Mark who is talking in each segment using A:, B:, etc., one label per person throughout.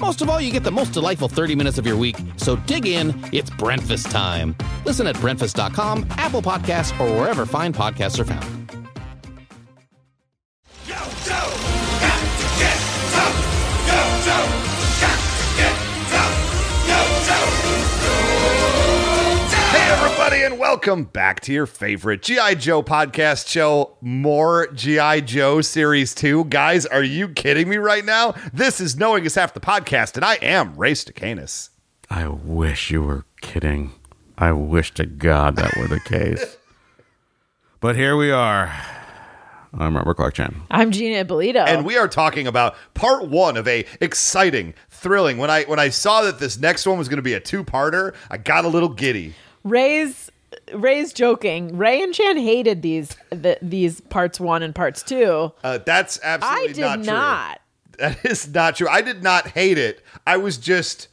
A: Most of all, you get the most delightful 30 minutes of your week. So dig in, it's breakfast time. Listen at breakfast.com, Apple Podcasts, or wherever fine podcasts are found.
B: Go, go, got to get some. Go, go, got to get some. Go,
C: Hey, everybody, and welcome back to your favorite G.I. Joe podcast show, More G.I. Joe Series 2. Guys, are you kidding me right now? This is Knowing Is Half the Podcast, and I am Ray Stacanus.
D: I wish you were kidding. I wish to God that were the case. but here we are. I'm Robert Clark Chan.
E: I'm Gina Ippolito.
C: And we are talking about part one of a exciting, thrilling. When I when I saw that this next one was going to be a two parter, I got a little giddy.
E: Ray's Ray's joking. Ray and Chan hated these the, these parts one and parts two.
C: Uh, that's
E: I
C: absolutely
E: did not.
C: true. That is not true. I did not hate it. I was just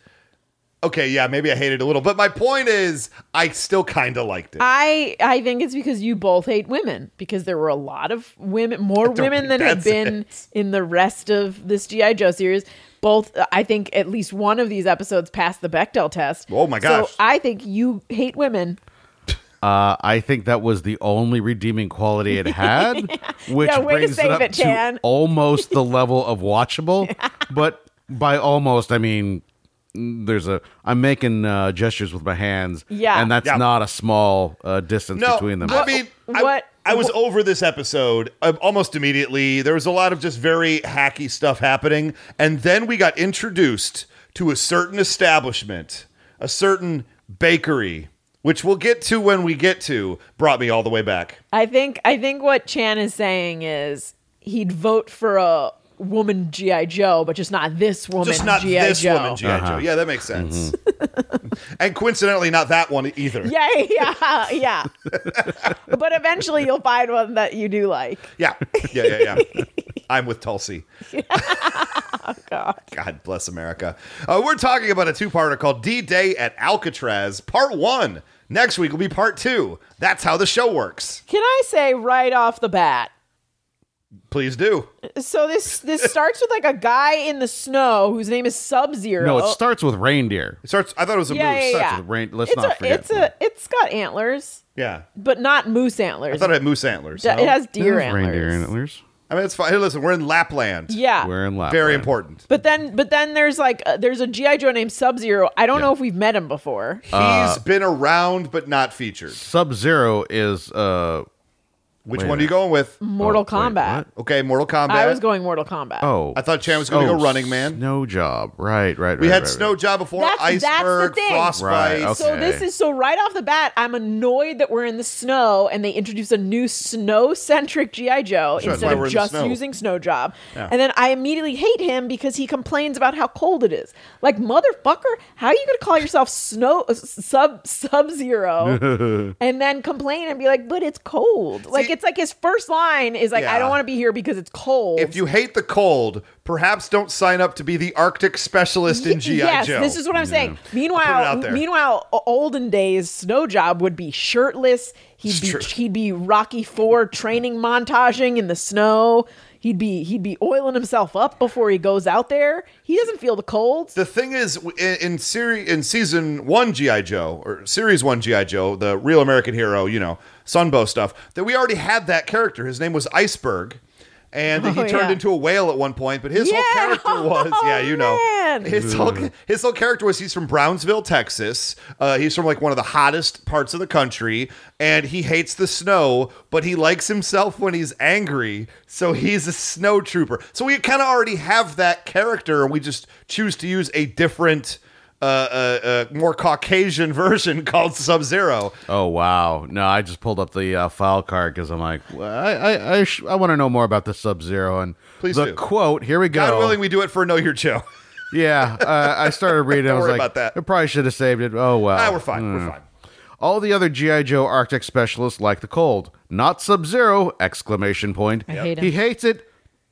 C: okay. Yeah, maybe I hated it a little, but my point is, I still kind of liked it.
E: I I think it's because you both hate women because there were a lot of women, more
C: don't
E: women
C: think
E: than had
C: that's
E: been
C: it.
E: in the rest of this GI Joe series. Both, I think, at least one of these episodes passed the Bechdel test.
C: Oh my gosh.
E: So I think you hate women.
D: Uh, I think that was the only redeeming quality it had, which
E: Yeah, way to
D: brings
E: save
D: it up
E: it, Chan.
D: to almost the level of watchable. but by almost, I mean there's a. I'm making uh, gestures with my hands.
E: Yeah.
D: and that's
C: Yeah.
D: not a small uh, distance
C: no,
D: between them.
C: I mean, I-
E: what-
C: I, was over this episode uh, almost immediately. There was a lot of just very hacky stuff happening, and then we got introduced to a certain establishment, a certain bakery, which we'll get to when we get to. Brought me all the way back.
E: I think I think what Chan is saying is he'd vote for a woman GI Joe, but just not this woman.
C: Just not
E: GI
C: this
E: Joe.
C: woman, G.I.
D: Uh-huh.
C: Joe. Yeah, that makes sense.
D: Mm-hmm.
C: and coincidentally, not that one either.
E: Yeah, yeah, yeah. but eventually, you'll find one that you do like.
C: Yeah, yeah, yeah, yeah. I'm with Tulsi.
E: Oh,
C: God. bless America. Uh, we're talking about a two-parter called D-Day at Alcatraz, part one. Next week will be part two. That's how the show works.
E: Can I say right off the bat?
C: Please do.
E: So this this starts with like a guy in the snow whose name is Sub Zero.
D: no, it starts with reindeer.
C: It starts. I thought it was a
E: yeah,
C: moose.
E: yeah,
D: starts
E: yeah.
D: with rain- let's
E: it's
D: not
E: a,
D: forget
E: It's
D: that.
E: a it's got antlers,
C: Yeah.
E: but not moose
C: I
E: antlers.
C: thought it had moose antlers.
E: D-
C: no?
E: It has deer
D: There's
E: antlers.
D: Reindeer antlers.
C: I mean, it's fine. Hey, listen, we're in Lapland.
E: Yeah.
D: We're in Lapland.
C: Very important.
E: But then, but then there's like uh, there's a GI Joe named Sub Zero. I don't know if we've met him before.
C: He's
D: Uh,
C: been around but not featured.
D: Sub Zero is uh
C: Which
D: wait
C: one
D: a
C: are you going with?
E: Mortal
D: oh, wait,
E: Kombat.
D: what?
C: Okay, Mortal Kombat.
E: I was going Mortal Kombat.
D: oh,
C: I thought Chan was gonna go Running Man.
D: Snow Job. Right, right.
C: We
D: right,
C: had
D: right,
C: snow
D: right.
C: job before
E: That's- that's the
C: iceberg,
E: thing.
C: frostbite.
D: Right, okay.
E: So this is so right off the bat, I'm annoyed that we're in the snow and they introduce a new snow-centric GI Joe
C: that's why
E: instead
C: we're in
E: of
C: the
E: just
C: snow.
E: using snow job. And then I immediately hate him because he complains about how cold it is. Like motherfucker, how are you gonna call yourself snow uh, sub sub zero and then complain and be like, but it's cold. like
C: See-
E: it's like his first line is like,
C: Yeah.
E: I don't want to be here because it's cold.
C: If you hate the cold, perhaps don't sign up to be the Arctic specialist in GI
E: yes,
C: Joe.
E: this is what I'm saying.
C: I'll put it
E: Meanwhile,
C: out there.
E: meanwhile, o- olden days, Snow Job would be shirtless. He'd be
C: true.
E: he'd be Rocky Four training montaging in the snow. He'd be he'd be oiling himself up before he goes out there. He doesn't feel the cold.
C: the thing is w- in, in series in season one GI Joe or series one GI Joe, the real American hero, you know, Sunbow stuff. That we already had that character. His name was Iceberg. and he
E: Oh,
C: turned
E: yeah.
C: into a whale at one point. But his whole
E: Yeah.
C: character
E: Oh,
C: was, yeah, you know,
E: Man.
C: his whole his whole character was he's from Brownsville, Texas. Uh, he's from like one of the hottest parts of the country, and he hates the snow, but he likes himself when he's angry. So he's a snow trooper. So we kind of already have that character, and we just choose to use a different. Uh, uh, uh, more Caucasian version called Sub Zero.
D: Oh wow! No, I just pulled up the uh, file card because I'm like, well, I I I, sh- I want to know more about the Sub Zero and
C: Please
D: the
C: do.
D: quote. Here we go.
C: God willing, we do it for Know Your Joe.
D: yeah, uh, I started reading. I was
C: worry
D: like,
C: about that.
D: I probably should have saved it. Oh well.
C: ah, we're fine. We're fine.
D: All the other GI Joe Arctic specialists like the cold. Not Sub Zero! Exclamation point.
E: I hate him.
D: He hates it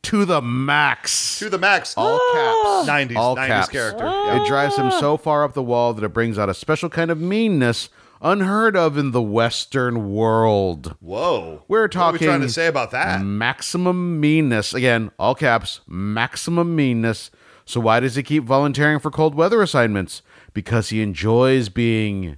D: to the max.
C: To the max.
D: all
E: Ah!
D: caps.
C: 90s,
D: All
C: 90s
D: caps.
C: character.
D: It drives him so far up the wall that it brings out a special kind of meanness unheard of in the Western world.
C: Whoa.
D: We're
C: What are we trying
D: talking-
C: to say about
D: Ah.
C: that?
D: Maximum meanness. Again, all caps, maximum meanness. So why does he keep volunteering for cold weather assignments? Because he enjoys being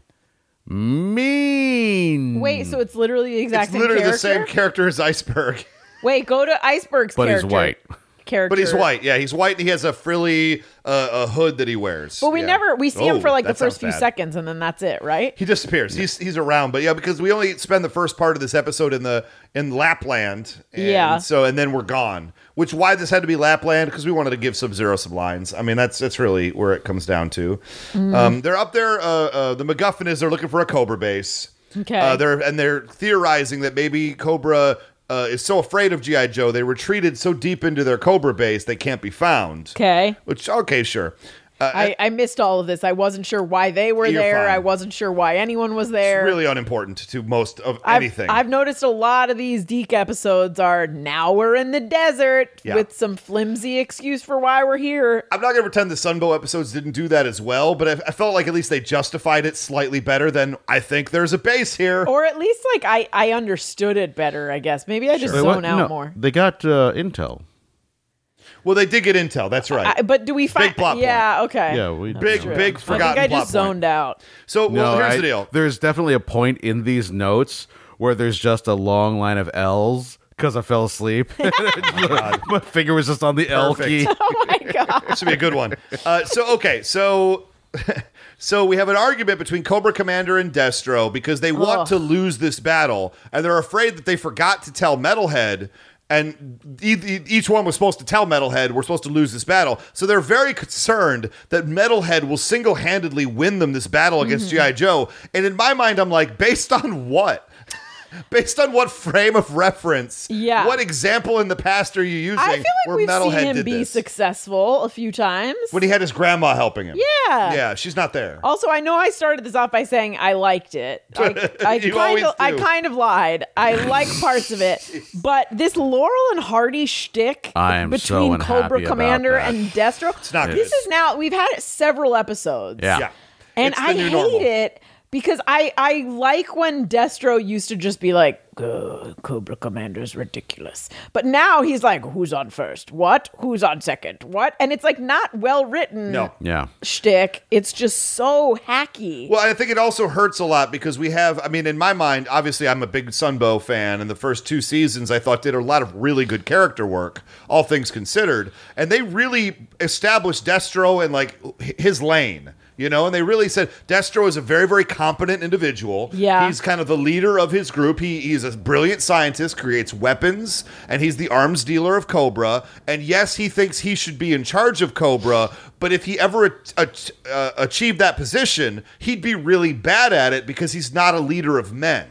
D: mean.
E: Wait, so it's literally the exact
C: it's
E: same
C: literally
E: character?
C: the same character as Iceberg,
E: Wait, go to Iceberg's
D: But he's
E: character.
D: white.
E: Character.
C: but he's white. Yeah, he's white and he has a frilly uh, a hood that he wears.
E: But we
C: Yeah.
E: never we see him
C: Oh,
E: for like the
C: that sounds
E: first few
C: bad.
E: seconds and then that's it, right?
C: He disappears. He's he's around, but yeah, because we only spend the first part of this episode in the in Lapland. And
E: Yeah.
C: So and then we're gone. Which why this had to be Lapland because we wanted to give Sub Zero some lines. I mean that's that's really where it comes down to.
E: Mm.
C: Um, they're up there. Uh, uh, the MacGuffin is they're looking for a Cobra base.
E: Okay.
C: Uh, they're and they're theorizing that maybe Cobra uh, is so afraid of GI Joe they retreated so deep into their Cobra base they can't be found.
E: Okay.
C: Which okay, sure. Uh,
E: I, I missed all of this. I wasn't sure why they were
C: You're
E: there.
C: fine.
E: I wasn't sure why anyone was there.
C: it's really unimportant to most of
E: I've,
C: anything.
E: I've noticed a lot of these Deke episodes are now we're in the desert
C: Yeah.
E: with some flimsy excuse for why we're here.
C: I'm not gonna pretend the Sunbow episodes didn't do that as well, but I, I felt like at least they justified it slightly better than I think there's a base here.
E: Or at least like I, I understood it better, I guess. Maybe I just
D: Wait, what?
E: zone out
D: No,
E: more.
D: They got uh, intel.
C: well, they did get intel. That's right.
E: I, but do we find
C: plot point.
E: Yeah, okay.
D: Yeah, we
C: big,
E: True.
C: big
E: I
C: forgotten
E: think I
C: plot
E: just
C: point.
E: zoned out.
C: So well,
D: No,
C: here's
D: I-
C: the deal.
D: There's definitely a point in these notes where there's just a long line of L's because I fell asleep. my finger was just on the L
C: Perfect.
D: key.
E: Oh my god.
C: This would be a good one. Uh, so okay, so so we have an argument between Cobra Commander and Destro because they want to lose this battle, and they're afraid that they forgot to tell Metalhead. And e- e- each one was supposed to tell Metalhead, we're supposed to lose this battle. So they're very concerned that Metalhead will single handedly win them this battle against
E: Mm-hmm.
C: G.I. Joe. And in my mind, I'm like, based on what? based on what frame of reference?
E: Yeah.
C: What example in the past are you using
E: I feel like
C: where
E: we've
C: Metalhead
E: seen him
C: did
E: be
C: this?
E: successful a few times.
C: when he had his grandma helping him.
E: Yeah.
C: Yeah, she's not there.
E: Also, I know I started this off by saying I liked it. I, I
C: You
E: kind
C: always
E: of, I
C: do.
E: kind of lied. I like parts of it, but this Laurel and Hardy shtick
D: I am
E: between
D: so unhappy
E: Cobra
D: about
E: Commander
D: that.
E: and Destro. It's
C: not
E: This
C: good.
E: is now we've had it several episodes.
D: Yeah.
C: Yeah.
E: and
C: It's the
E: I
C: new
E: hate
C: normal.
E: it because I I like when Destro used to just be like, "Ugh, Cobra Commander is ridiculous, but now he's like, who's on first? What? Who's on second? What? And it's like not well written.
C: No.
D: Yeah.
E: Shtick. It's just so hacky.
C: Well, I think it also hurts a lot because we have, I mean, in my mind, obviously I'm a big Sunbow fan, and the first two seasons I thought did a lot of really good character work, all things considered. And they really established Destro and like h- his lane, you know, and they really said Destro is a very, very competent individual.
E: Yeah.
C: He's kind of the leader of his group. He, he's a brilliant scientist, creates weapons, and he's the arms dealer of Cobra. And yes, he thinks he should be in charge of Cobra, but if he ever at- at- uh, achieved that position, he'd be really bad at it because he's not a leader of men.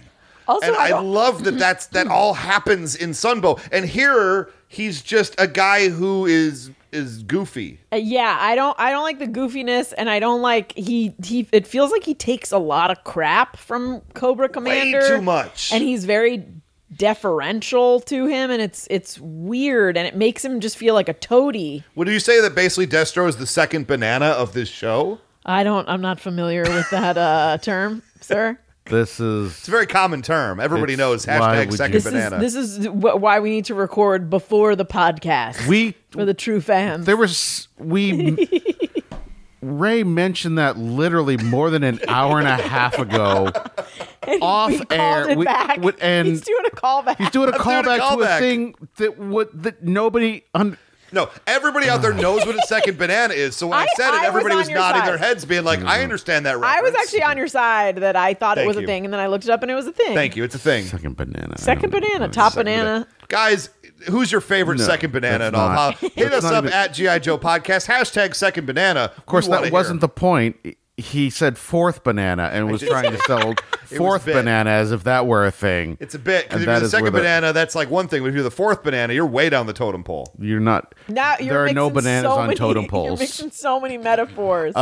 E: Also,
C: and
E: I
C: I
E: don't-
C: love that that's that all happens in Sunbow. And here he's just a guy who is is goofy.
E: Uh, yeah, I don't I don't like the goofiness and I don't like he he it feels like he takes a lot of crap from Cobra Commander.
C: too much.
E: And he's very deferential to him and it's it's weird and it makes him just feel like a toady.
C: Would you say that basically Destro is the second banana of this show?
E: I don't I'm not familiar with that uh term, sir.
D: This is
C: It's a very common term. Everybody knows
D: It's- why would
C: hashtag
D: you-
C: second
E: This
C: banana.
E: is this is wh- why we need to record before the podcast
D: we
E: for the true fans.
D: there was we Ray mentioned that literally more than an hour and a half ago.
E: And
D: Off
E: we called
D: air,
E: It
D: we-
E: back.
D: we- and-
E: he's doing a callback.
D: He's doing a
C: doing a
D: callback to
C: callback.
D: a thing that would that nobody un-
C: No, everybody out there
D: Oh.
C: knows what a second banana is. So when I,
E: I-
C: said it,
E: I was
C: everybody
E: on
C: was,
E: your
C: nodding
E: side.
C: their heads, being like,
D: Mm-hmm.
C: "I understand that." Reference.
E: I was actually on your side that I thought
C: Thank
E: it was
C: you.
E: a thing, and then I looked it up and it was a thing.
C: Thank you. It's a thing,
D: second banana. I
E: Second
D: don't know.
E: banana, top banana.
C: guys. Who's your favorite
D: No,
C: second banana
D: that's
C: and all?
D: not-
C: Hit
D: that's
C: us
D: not
C: up
D: even-
C: at GI Joe Podcast hashtag second banana.
D: Of course, that wasn't the point. He said fourth banana and was
C: did
D: trying to sell fourth
C: bit.
D: banana as if that were a thing.
C: It's a bit because
D: And
C: if you're
D: that
C: the
D: is where
C: second
D: the-
C: banana, that's like one thing. But if you're the fourth banana, you're way down the totem pole.
D: You're not.
E: Now you're
D: there are no
E: mixing
D: bananas
E: so
D: on
E: many-
D: totem
E: You're
D: poles.
E: mixing so many metaphors.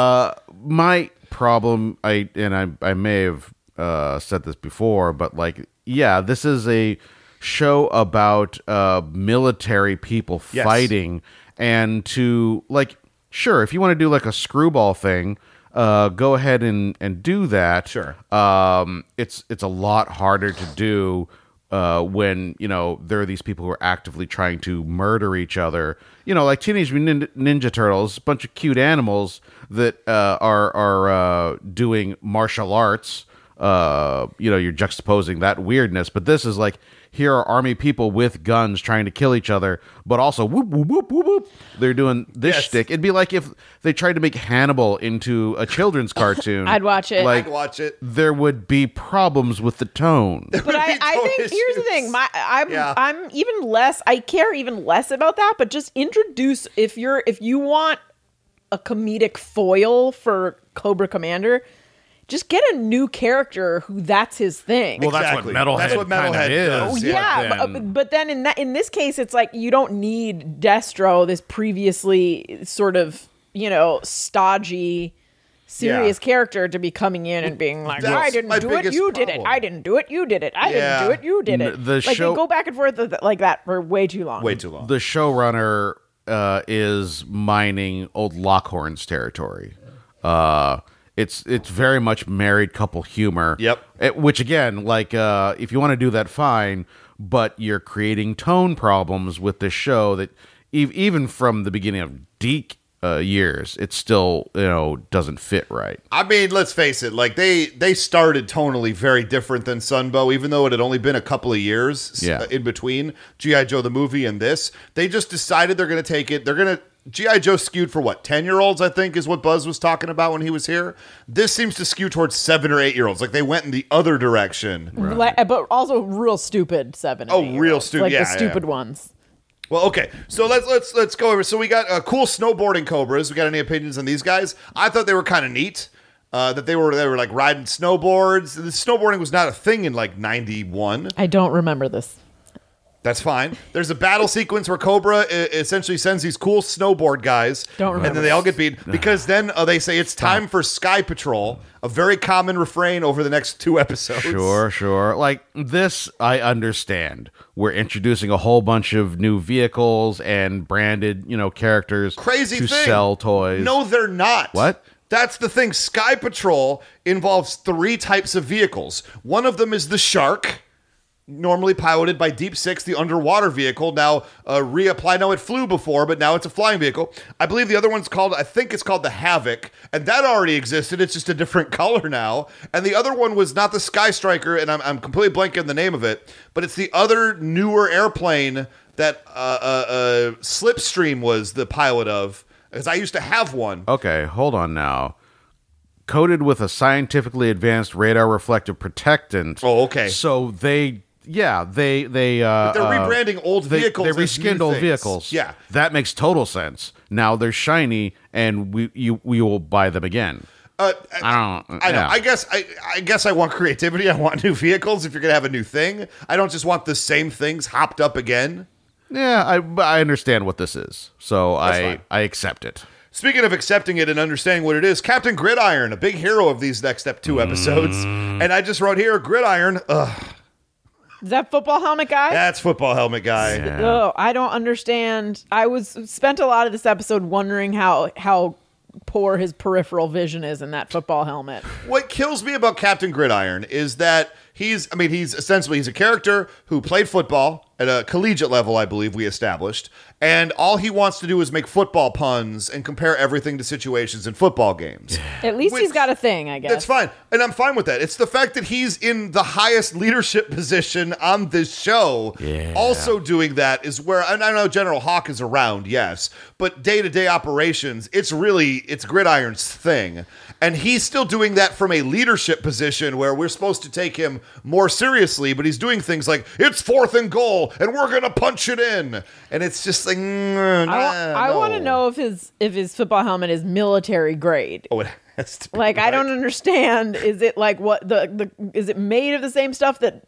D: my problem i and i i may have uh said this before but like yeah this is a show about uh military people
C: Yes.
D: fighting and to like sure if you want to do like a screwball thing uh go ahead and and do that
C: Sure.
D: um it's it's a lot harder to do uh, when you know there are these people who are actively trying to murder each other, you know, like Teenage Mutant Nin- Ninja Turtles, a bunch of cute animals that uh, are are uh, doing martial arts. Uh, you know, you're juxtaposing that weirdness, but this is like here are army people with guns trying to kill each other, but also whoop whoop whoop whoop whoop. They're doing this
C: Yes.
D: shtick. It'd be like if they tried to make Hannibal into a children's cartoon.
E: I'd watch it.
D: Like
C: Watch it.
D: there would be problems with the tone.
E: but I,
C: be
E: I
C: no
E: think here's the
C: issues.
E: thing. My I'm
C: Yeah.
E: I'm even less. I care even less about that. But just introduce if you're if you want a comedic foil for Cobra Commander, just get a new character who that's his thing.
C: Well, that's what Exactly. That's Metalhead what Metalhead kinda does.
D: is.
C: is.
E: Oh, yeah, but, uh,
D: then-
E: but then in that in this case, it's like you don't need Destro, this previously sort of you know stodgy. Serious
C: Yeah.
E: character to be coming in and being like,
C: That's
E: I
C: my
E: didn't do it,
C: biggest
E: you did it.
C: problem.
E: I didn't do it, you did it. I
C: Yeah.
E: didn't do it, you did it.
D: N- the
E: like
D: show-
E: they go back and forth with- like that for way too long.
C: Way too long.
D: The showrunner uh, is mining old Lockhorn's territory. Uh, it's it's very much married couple humor.
C: Yep.
D: It- which again, like, uh, if you want to do that, fine. But you're creating tone problems with this show that ev- even from the beginning of Deke uh, years, it still you know doesn't fit right.
C: I mean, let's face it. Like they they started tonally very different than Sunbow, even though it had only been a couple of years s- uh,
D: Yeah.
C: in between GI Joe the movie and this. They just decided they're going to take it. They're going to GI Joe skewed for what ten year olds, I think, is what Buzz was talking about when he was here. This seems to skew towards seven or eight year olds. Like they went in the other direction.
E: Like- uh, but also real stupid seven. and
C: Oh,
E: eight-year-olds.
C: real stupid.
E: Like
C: Yeah,
E: the
C: yeah.
E: stupid ones.
C: Well, okay. So let's let's let's go over. So we got uh, cool snowboarding cobras. We got any opinions on these guys? I thought they were kind of neat. Uh, that they were they were like riding snowboards. The snowboarding was not a thing in like '91.
E: I don't remember this.
C: That's fine. There's a battle sequence where Cobra uh, essentially sends these cool snowboard guys,
E: Don't
C: and
E: remember
C: then they all get beat because then uh, they say it's time for Sky Patrol, a very common refrain over the next two episodes.
D: Sure, sure. Like this, I understand. We're introducing a whole bunch of new vehicles and branded, you know, characters.
C: crazy
D: to
C: thing.
D: sell toys.
C: No, they're not.
D: What?
C: That's the thing. Sky Patrol involves three types of vehicles. One of them is the Shark, normally piloted by Deep Six, the underwater vehicle. Now uh, reapplied. Now it flew before, but now it's a flying vehicle. I believe the other one's called. I think it's called the Havoc, and that already existed. It's just a different color now. And the other one was not the Sky Striker, and I'm, I'm completely blanking the name of it. But it's the other newer airplane that uh, uh, uh, Slipstream was the pilot of. Because I used to have one.
D: Okay, hold on now. Coated with a scientifically advanced radar reflective protectant.
C: Oh, okay.
D: So they, yeah, they they uh,
C: They're
D: uh,
C: rebranding old
D: they,
C: vehicles.
D: They
C: as new
D: reskinned old
C: things.
D: vehicles.
C: Yeah.
D: that makes total sense. Now they're shiny, and we you we will buy them again.
C: Uh,
D: I don't.
C: I know.
D: yeah.
C: I guess I, I guess I want creativity. I want new vehicles. If you're gonna have a new thing, I don't just want the same things hopped up again.
D: Yeah, I but I understand what this is, so I
C: fine.
D: I accept it.
C: Speaking of accepting it and understanding what it is, Captain Gridiron, a big hero of these next step two episodes,
D: Mm.
C: and I just wrote here Gridiron. Ugh,
E: Is that football helmet guy?
C: that's football helmet guy.
E: Oh, I don't understand. I was spent a lot of this episode wondering how how poor his peripheral vision is in that football helmet.
C: What kills me about Captain Gridiron is that He's, I mean, he's essentially he's a character who played football at a collegiate level, I believe we established, and all he wants to do is make football puns and compare everything to situations in football games.
E: At least he's
C: Which-
E: got a thing, I guess.
C: That's fine. And I'm fine with that. It's the fact that he's in the highest leadership position on this show. Also doing that is where and I know General Hawk is around, yes, but day-to-day operations, it's really it's Gridiron's thing. And he's still doing that from a leadership position where we're supposed to take him more seriously, but he's doing things like it's fourth and goal and we're going to punch it in. And it's just like mm,
E: I,
C: nah, no.
E: want to know if his if his football helmet is military grade.
C: Oh, it has to be
E: Like I
C: right.
E: don't understand. Is it like what the the is it made of the same stuff that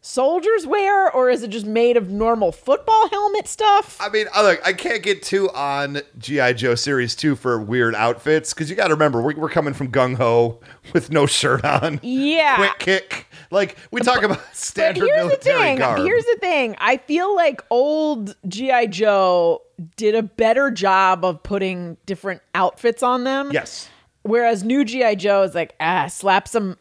E: soldiers wear, or is it just made of normal football helmet stuff?
C: I mean, I- look, I can't get too on GI Joe Series Two for weird outfits because you got to remember we're, we're coming from gung ho with no shirt on,
E: Yeah.
C: quick kick. Like we talk about
E: But
C: standard
E: here's the
C: military
E: thing.
C: garb.
E: Here's the thing. I feel like old GI Joe did a better job of putting different outfits on them.
C: yes,
E: Whereas new GI Joe is like ah, slap some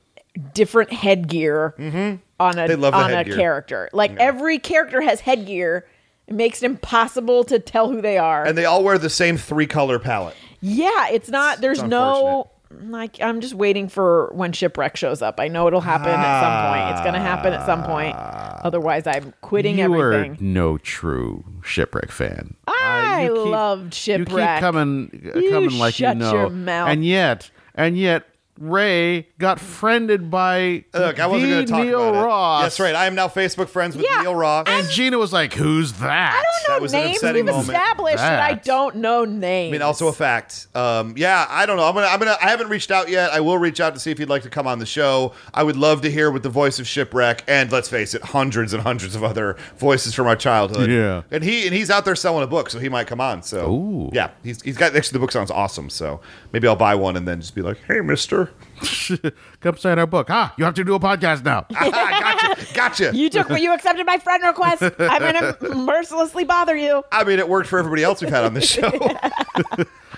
E: different headgear on a
C: Mm-hmm. They love the
E: on a
C: headgear.
E: character. Like every character has headgear. It makes it impossible to tell who they are.
C: and they all wear the same three color palette.
E: yeah, it's not. There's no. Like I'm just waiting for when shipwreck shows up. I know it'll happen at some point. It's gonna happen at some point. Otherwise, I'm quitting
D: Ah. you
E: everything.
D: are no true shipwreck fan.
E: I
D: you keep-
E: loved shipwreck.
D: You keep coming, uh,
E: You
D: coming like
E: shut
D: you know,
E: your mouth.
D: and yet, and yet, Ray got friended by
C: Look, I wasn't
D: the
C: going to talk
D: Neil
C: about it.
D: Ross.
C: That's right. I am now Facebook friends with
E: Yeah,
C: Neil Ross.
D: And Gina was like, "Who's that?"
E: I
C: That
E: don't know
C: was an
E: names.
C: upsetting
E: We've
C: moment.
E: established that. I
D: That.
E: don't know names.
C: I mean, also a fact. Um, yeah, I don't know. I'm gonna, I'm gonna, I haven't reached out yet. I will reach out to see if he'd like to come on the show. I would love to hear with the voice of Shipwreck, and let's face it, hundreds and hundreds of other voices from our childhood.
D: Yeah.
C: and he and he's out there selling a book, so he might come on. So,
D: Ooh.
C: yeah, he's he's got actually the book sounds awesome. So maybe I'll buy one and then just be like, hey, Mister,
D: Come sign our book. Ah, you have to do a podcast now.
C: gotcha, gotcha.
E: you took what you accepted my friend request. I'm gonna mercilessly bother you.
C: I mean, it worked for everybody else we've had on this show.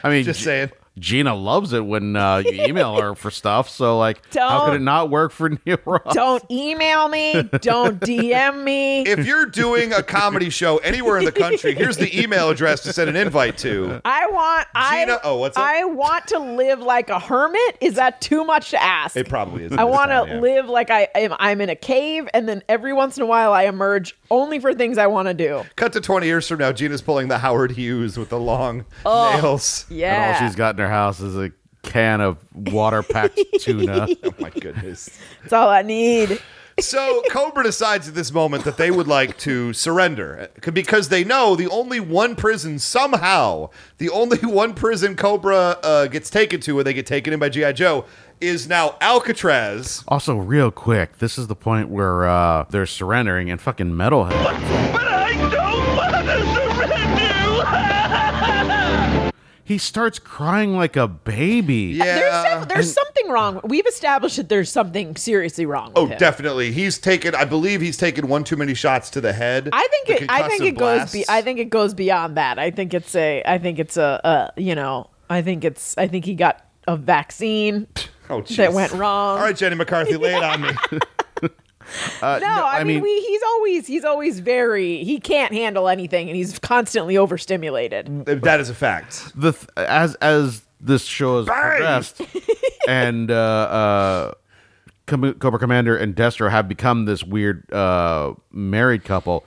D: I mean,
C: just
D: G-
C: saying.
D: Gina loves it when uh, you email her for stuff. So like, how could
E: Don't-
D: it not work for Neil Ross?
E: Don't email me. Don't DM me.
C: If you're doing a comedy show anywhere in the country, here's the email address to send an invite to.
E: I want. I
C: Gina- oh, what's up?
E: I want to live like a hermit. Is that too much to ask?
C: It probably is.
E: I want to
C: Yeah.
E: live like I am. I'm in a cave, and then every once in a while, I emerge only for things I want to do.
C: Cut to 20 years from now, Gina's pulling the Howard Hughes with the long nails.
E: Oh, Yeah.
D: And all she's got in her house is a can of water packed tuna.
C: Oh my goodness.
E: That's all I need.
C: So Cobra decides at this moment that they would like to surrender uh, because they know the only one prison somehow, the only one prison Cobra uh, gets taken to when they get taken in by G.I. Joe is now Alcatraz.
E: Uh,
D: Also, real quick, this is the point where uh, they're surrendering and fucking metalhead.
F: But I don't want to surrender.
D: He starts crying like a baby.
C: Yeah.
E: There's, def- there's something wrong. We've established that there's something seriously wrong. With
C: Oh,
E: him.
C: definitely. He's taken. I believe he's taken one too many shots to the head.
E: I think
C: The
E: it. I think
C: concussive
E: it goes. Be,
C: blasts.
E: I think it goes beyond that. I think it's a. I think it's a. a you know. I think it's. I think he got a vaccine
C: Oh, jeez.
E: that went wrong.
C: All right, Jenny McCarthy, lay it on me.
E: no, I,
D: I
E: mean,
D: mean-
E: we, he's always he's always very he can't handle anything and he's constantly overstimulated.
C: that is a fact.
D: The th- as as this show has progressed, and uh, uh, Com- Cobra Commander and Destro have become this weird uh, married couple.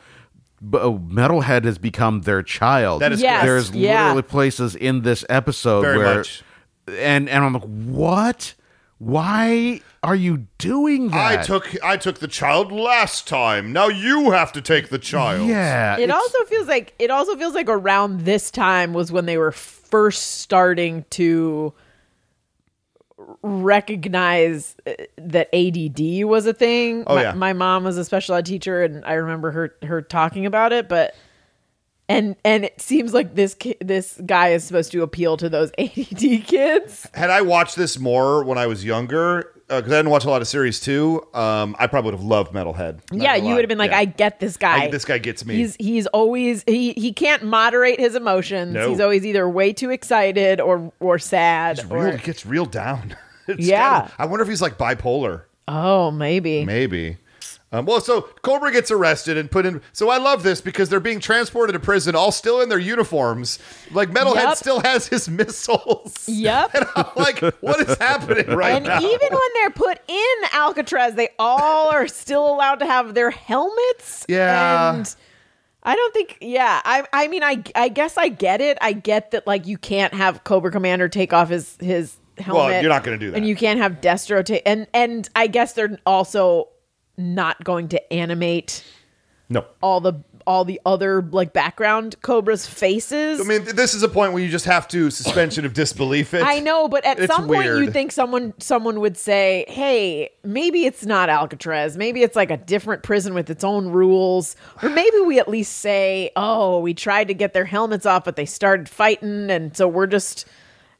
D: But uh, Metalhead has become their child.
C: That is Yes, correct.
D: There's
E: yeah.
D: literally places in this episode
C: Very
D: where,
C: much.
D: and and I'm like, what? Why are you doing that?
C: I took I took the child last time. Now you have to take the child.
D: Yeah.
E: It
D: it's-
E: also feels like it also feels like around this time was when they were first starting to recognize uh, that ADD was a thing.
C: Oh,
E: my,
C: yeah.
E: my mom was a special ed teacher and I remember her her talking about it, but and and it seems like this ki- this guy is supposed to appeal to those ADD kids.
C: Had I watched this more when I was younger, because I didn't watch a lot of series too, um, I probably would have loved Metalhead. Not
E: yeah,
C: gonna
E: you
C: lie.
E: would have been like,
C: Yeah.
E: I get this guy.
C: I- this guy gets me.
E: He's he's always he he can't moderate his emotions.
C: No.
E: He's always either way too excited or or sad.
C: He's
E: or,
C: real, he gets real down. It's
E: Yeah.
C: kind of- I wonder if he's like bipolar.
E: oh, maybe.
C: Maybe. Um, well, so Cobra gets arrested and put in. So I love this because they're being transported to prison, all still in their uniforms. Like Metalhead
E: Yep.
C: still has his missiles.
E: Yep.
C: I'm like, what is happening right
E: And e
C: now?
E: even when they're put in Alcatraz, they all are still allowed to have their helmets.
C: Yeah.
E: And I don't think, yeah. I, I mean, I, I guess I get it. I get that, like, you can't have Cobra Commander take off his, his helmet.
C: you're not gonna do that.
E: And you can't have Destro take, and, and I guess they're also not going to animate
C: no.
E: all the, all the other, like, background Cobra's faces.
C: I mean, th- this is a point where you just have to suspension of disbelief it.
E: I know, but at
C: it's
E: some point you
C: weird.
E: think someone someone would say, "Hey, maybe it's not Alcatraz. Maybe it's like a different prison with its own rules." Or maybe we at least say, "Oh, we tried to get their helmets off, but they started fighting, and so we're just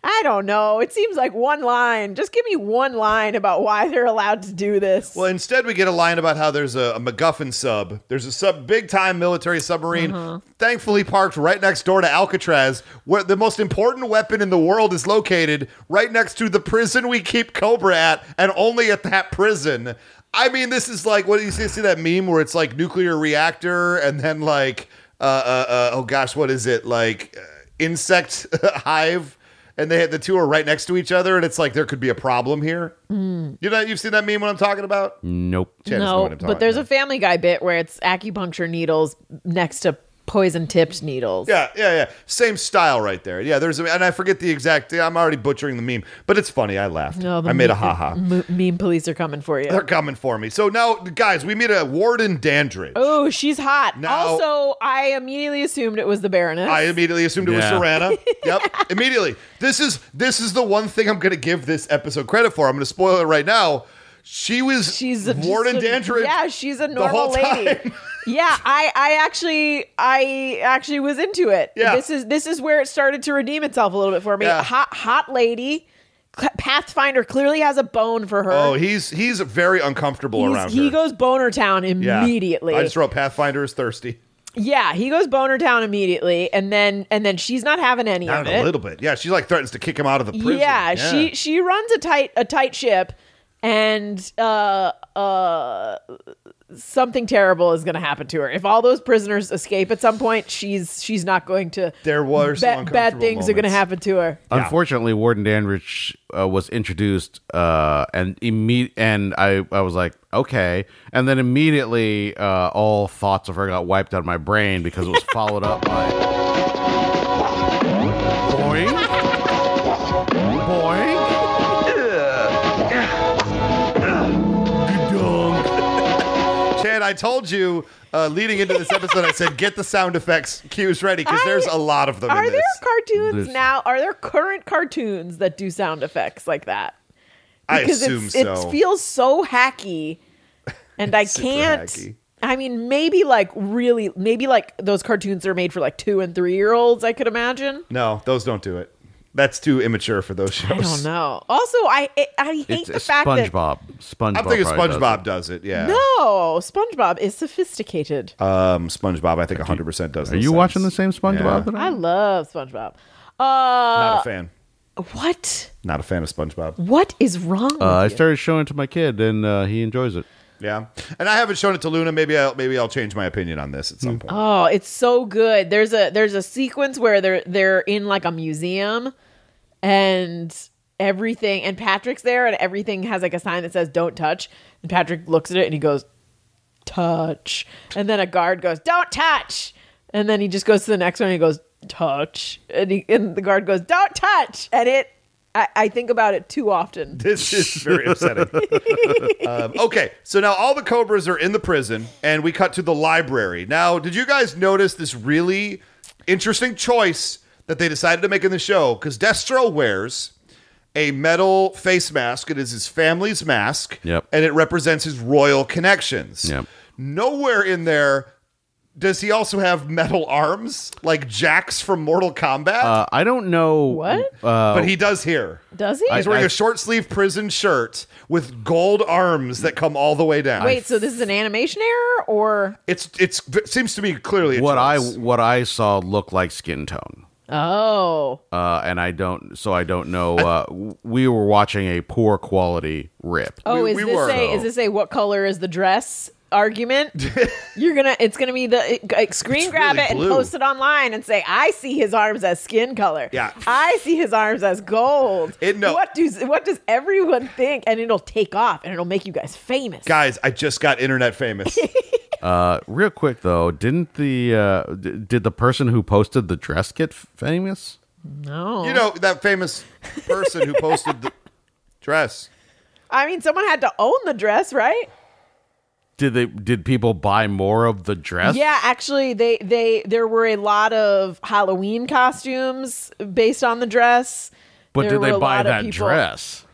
E: I don't know. It seems like one line. Just give me one line about why they're allowed to do this."
C: Well, instead, we get a line about how there's a, a MacGuffin sub. There's a sub, big time military submarine, thankfully parked right next door to Alcatraz, where the most important weapon in the world is located, right next to the prison we keep Cobra at, and only at that prison. I mean, this is like what do you see, see that meme where it's like nuclear reactor, and then like, uh, uh, uh oh gosh, what is it like, uh, insect hive. And they had the two are right next to each other, and it's like there could be a problem here. You know, you've seen that meme. What I'm talking about?
D: Nope.
C: Janice know
E: no,
C: what I'm talking
E: but there's a
C: about.
E: Family Guy bit where it's acupuncture needles next to poison tipped needles.
C: Yeah, yeah, yeah. Same style right there. Yeah, there's, a, and I forget the exact. I'm already butchering the meme, but it's funny. I laughed.
E: No, the
C: I made a
E: meme-
C: ha ha.
E: mo- meme police are coming for you.
C: They're coming for me. So now, guys, we meet a Warden Dandridge.
E: Oh, she's hot.
C: Now-
E: also, I immediately assumed it was the Baroness.
C: I immediately assumed it was
D: Yeah.
C: Serana. Yep, immediately. This is this is the one thing I'm going to give this episode credit for. I'm going to spoil it right now. She was
E: she's a,
C: Warden
E: just a-
C: Dandridge.
E: Yeah, she's a
C: whole
E: normal lady.
C: time.
E: yeah, I, I actually, I actually was into it.
C: Yeah.
E: this is this is where it started to redeem itself a little bit for me.
C: Yeah.
E: Hot, hot lady. Cl- Pathfinder clearly has a bone for her.
C: Oh, he's he's very uncomfortable
E: He's-
C: around
E: he
C: her.
E: goes boner town
C: Yeah.
E: immediately.
C: I just wrote Pathfinder is thirsty.
E: yeah, he goes boner town immediately, and then and then she's not having any
C: Not
E: of
C: a
E: it.
C: little bit. Yeah, she like threatens to kick him out of the prison.
E: Yeah, she she runs a tight a tight ship, and uh uh something terrible is going to happen to her if all those prisoners escape at some point. She's she's not going to.
C: There were some
E: bad, bad
C: uncomfortable
E: things are going to
C: moments.
E: happen to her.
D: Unfortunately, Warden Danrich uh, was introduced, uh, and imme- and I, I was like, okay, and then immediately uh, all thoughts of her got wiped out of my brain because it was followed up by boing, boing, Gdunk.
C: Chad, I told you uh, leading into this episode, I said get the sound effects cues ready because
E: I-
C: there's a lot of them
E: Are
C: in this.
E: there cartoons
D: This-
E: now? Are there current cartoons that do sound effects like that?
C: I
E: because
C: assume
E: it's,
C: so.
E: it feels so hacky and i
C: Super
E: can't
C: hacky.
E: i mean maybe like really maybe like those cartoons that are made for like two and three year olds i could imagine
C: no, those don't do it. That's too immature for those shows.
E: i don't know also i i, I
D: It's
E: hate the fact that
D: SpongeBob. SpongeBob.
C: I'm thinking
D: probably does
C: SpongeBob
D: it.
C: does it. Yeah.
E: no spongebob is sophisticated
C: Um, SpongeBob, I think 100% does
D: Are you watching the same SpongeBob?
C: Yeah.
D: That I-
E: i love spongebob uh
C: Not a fan.
E: what
C: Not a fan of SpongeBob.
E: what is wrong
D: uh, I
E: with you?
D: started showing it to my kid, and uh, he enjoys it.
C: Yeah. And I haven't shown it to Luna. Maybe I'll, maybe I'll change my opinion on this at some point.
E: Oh, it's so good. There's a there's a sequence where they're they're in like a museum and everything and Patrick's there and everything has like a sign that says don't touch and Patrick looks at it and he goes touch and then a guard goes don't touch and then he just goes to the next one and he goes touch and, he, and the guard goes don't touch and it I, I think about it too often.
C: This is very upsetting. um, okay, so now all the Cobras are in the prison, and we cut to the library. Now, did you guys notice this really interesting choice that they decided to make in the show? Because Destro wears a metal face mask. It is his family's mask,
D: Yep.
C: and it represents his royal connections.
D: Yep.
C: Nowhere in there does he also have metal arms like Jax from Mortal Kombat,
D: Uh, I don't know
E: What?
D: Uh,
C: but he does here.
E: Does he?
C: He's wearing a short sleeve prison shirt with gold arms that come all the way down.
E: Wait, so this is an animation error or
C: it's it's it seems to me clearly a
D: what I
C: choice.
D: what I saw looked like skin tone.
E: oh.
D: Uh, and I don't, so I don't know. Uh, w- we were watching a poor quality rip.
E: Oh,
C: We-
E: is
C: we
E: this
C: were.
E: a is this a what color is the dress argument, you're gonna it's gonna be the like, screen
C: It's
E: grab
C: really
E: it and
C: blue.
E: post it online and say, "I see his arms as skin color.
C: Yeah.
E: I see his arms as gold.
C: It- no.
E: What does what does everyone think? And it'll take off and it'll make you guys famous.
C: Guys, I just got internet famous.
D: Uh, real quick though, didn't the uh, d- did the person who posted the dress get f- famous?
E: no,
C: you know, that famous person who posted the dress.
E: I mean, someone had to own the dress, right?
D: Did they did people buy more of the dress?
E: Yeah, actually, they they there were a lot of Halloween costumes based on the dress.
D: but
E: There
D: did
E: were
D: they
E: a
D: buy
E: lot of
D: that
E: people-
D: dress?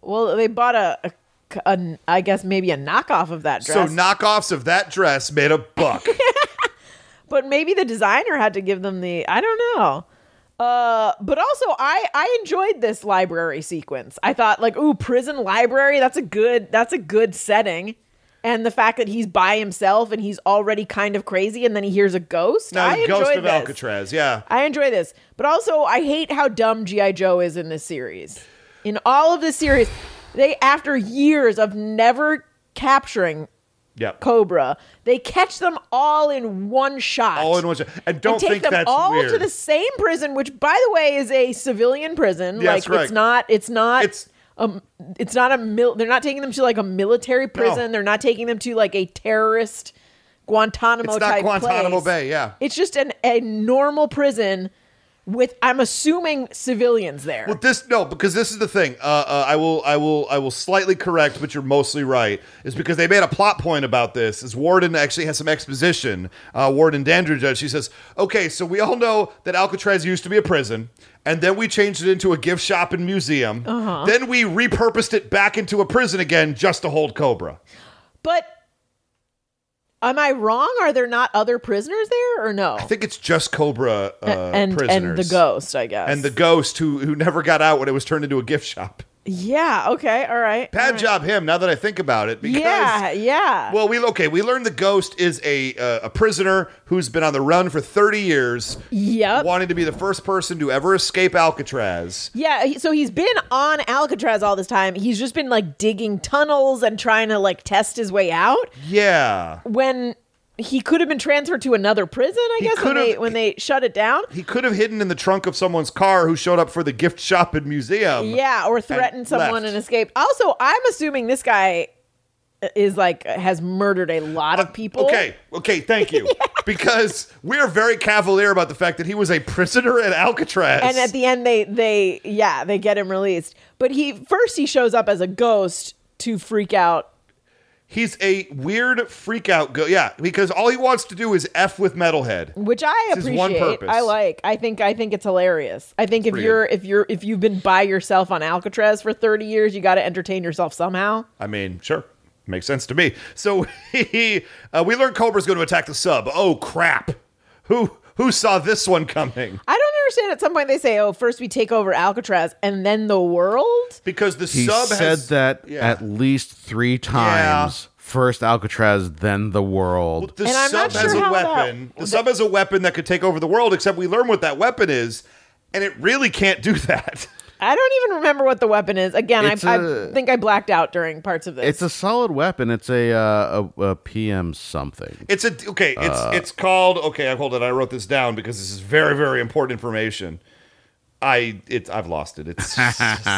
E: Well, they bought a, a- a- I guess maybe a knockoff of that dress.
C: So knockoffs of that dress made a buck.
E: but maybe the designer had to give them the I don't know. Uh, but also I I enjoyed this library sequence. I thought like, ooh, prison library, that's a good that's a good setting. And the fact that he's by himself and he's already kind of crazy and then he hears a ghost.
C: now
E: I
C: the ghost
E: enjoyed
C: of
E: this.
C: Alcatraz. Yeah.
E: I enjoy this. But also I hate how dumb G.I. Joe is in this series. In all of this series, they after years of never capturing
C: Yeah.
E: Cobra. They catch them all in one shot.
C: All in one shot. And don't
E: take
C: think
E: them
C: that's
E: all
C: weird.
E: to the same prison, which by the way is a civilian prison.
C: Yeah,
E: like
C: that's right.
E: it's not it's not
C: It's-
E: um it's not a mil- they're not taking them to like a military prison. They're not taking them to like a terrorist Guantanamo
C: It's not
E: type
C: Guantanamo
E: place.
C: Bay, yeah.
E: It's just an a normal prison with I'm assuming civilians there.
C: Well, this no, because this is the thing. Uh, uh, I will, I will, I will slightly correct, but you're mostly right. Is because they made a plot point about this. Is Warden actually has some exposition? Uh, Warden Dandridge does. She says, "Okay, so we all know that Alcatraz used to be a prison, and then we changed it into a gift shop and museum.
E: Uh-huh.
C: Then we repurposed it back into a prison again, just to hold Cobra."
E: but Am I wrong? Are there not other prisoners there or no?
C: I think it's just Cobra uh,
E: and
C: prisoners
E: and the ghost, I guess.
C: and the ghost who who never got out when it was turned into a gift shop.
E: yeah. Okay. All right. all
C: Bad
E: right.
C: job him. Now that I think about it, because
E: Yeah. Yeah.
C: Well, we okay. We learned the ghost is a uh, a prisoner who's been on the run for thirty years,
E: yep.
C: wanting to be the first person to ever escape Alcatraz.
E: yeah. he- So he's been on Alcatraz all this time. He's just been like digging tunnels and trying to like test his way out.
C: Yeah,
E: When he could have been transferred to another prison, I
C: He
E: guess when
C: could've-
E: they when they shut it down.
C: he could have hidden in the trunk of someone's car who showed up for the gift shop and museum.
E: Yeah, or threatened someone
C: Um, left.
E: and escaped. Also, I'm assuming this guy is like has murdered a lot of people.
C: Uh, Okay. Okay. Thank you. Because we are very cavalier about the fact that he was a prisoner at Alcatraz.
E: and at the end they they yeah they get him released but he first he shows up as a ghost to freak out
C: he's a weird freakout. Go- yeah, because all he wants to do is f with metalhead.
E: which i
C: This is
E: appreciate
C: one purpose.
E: i like i think i think it's hilarious i think if
C: Pretty
E: you're
C: good.
E: if you're if you've been by yourself on alcatraz for 30 years you got to entertain yourself somehow
C: I mean, sure. Makes sense to me. So he, uh, we learn Cobra's going to attack the sub. Oh crap! Who who saw this one coming?
E: i don't understand at some point they say oh first we take over alcatraz and then the world
C: Because the
D: He
C: sub
D: said
C: has,
D: that
C: yeah.
D: at least three times. First Alcatraz, then the world.
C: The
E: And I'm
C: sub
E: not sure
C: has a
E: how that-
C: weapon. the sub has a weapon that could take over the world. Except we learn what that weapon is, and it really can't do that.
E: i don't even remember what the weapon is again I
D: It's
E: I
D: a-
E: think i blacked out during parts of this
D: It's a solid weapon. It's a uh, a, a PM something.
C: It's a okay. It's
D: Uh.
C: it's called okay. I hold it. I wrote this down because this is very very important information. I it's I've lost it. It's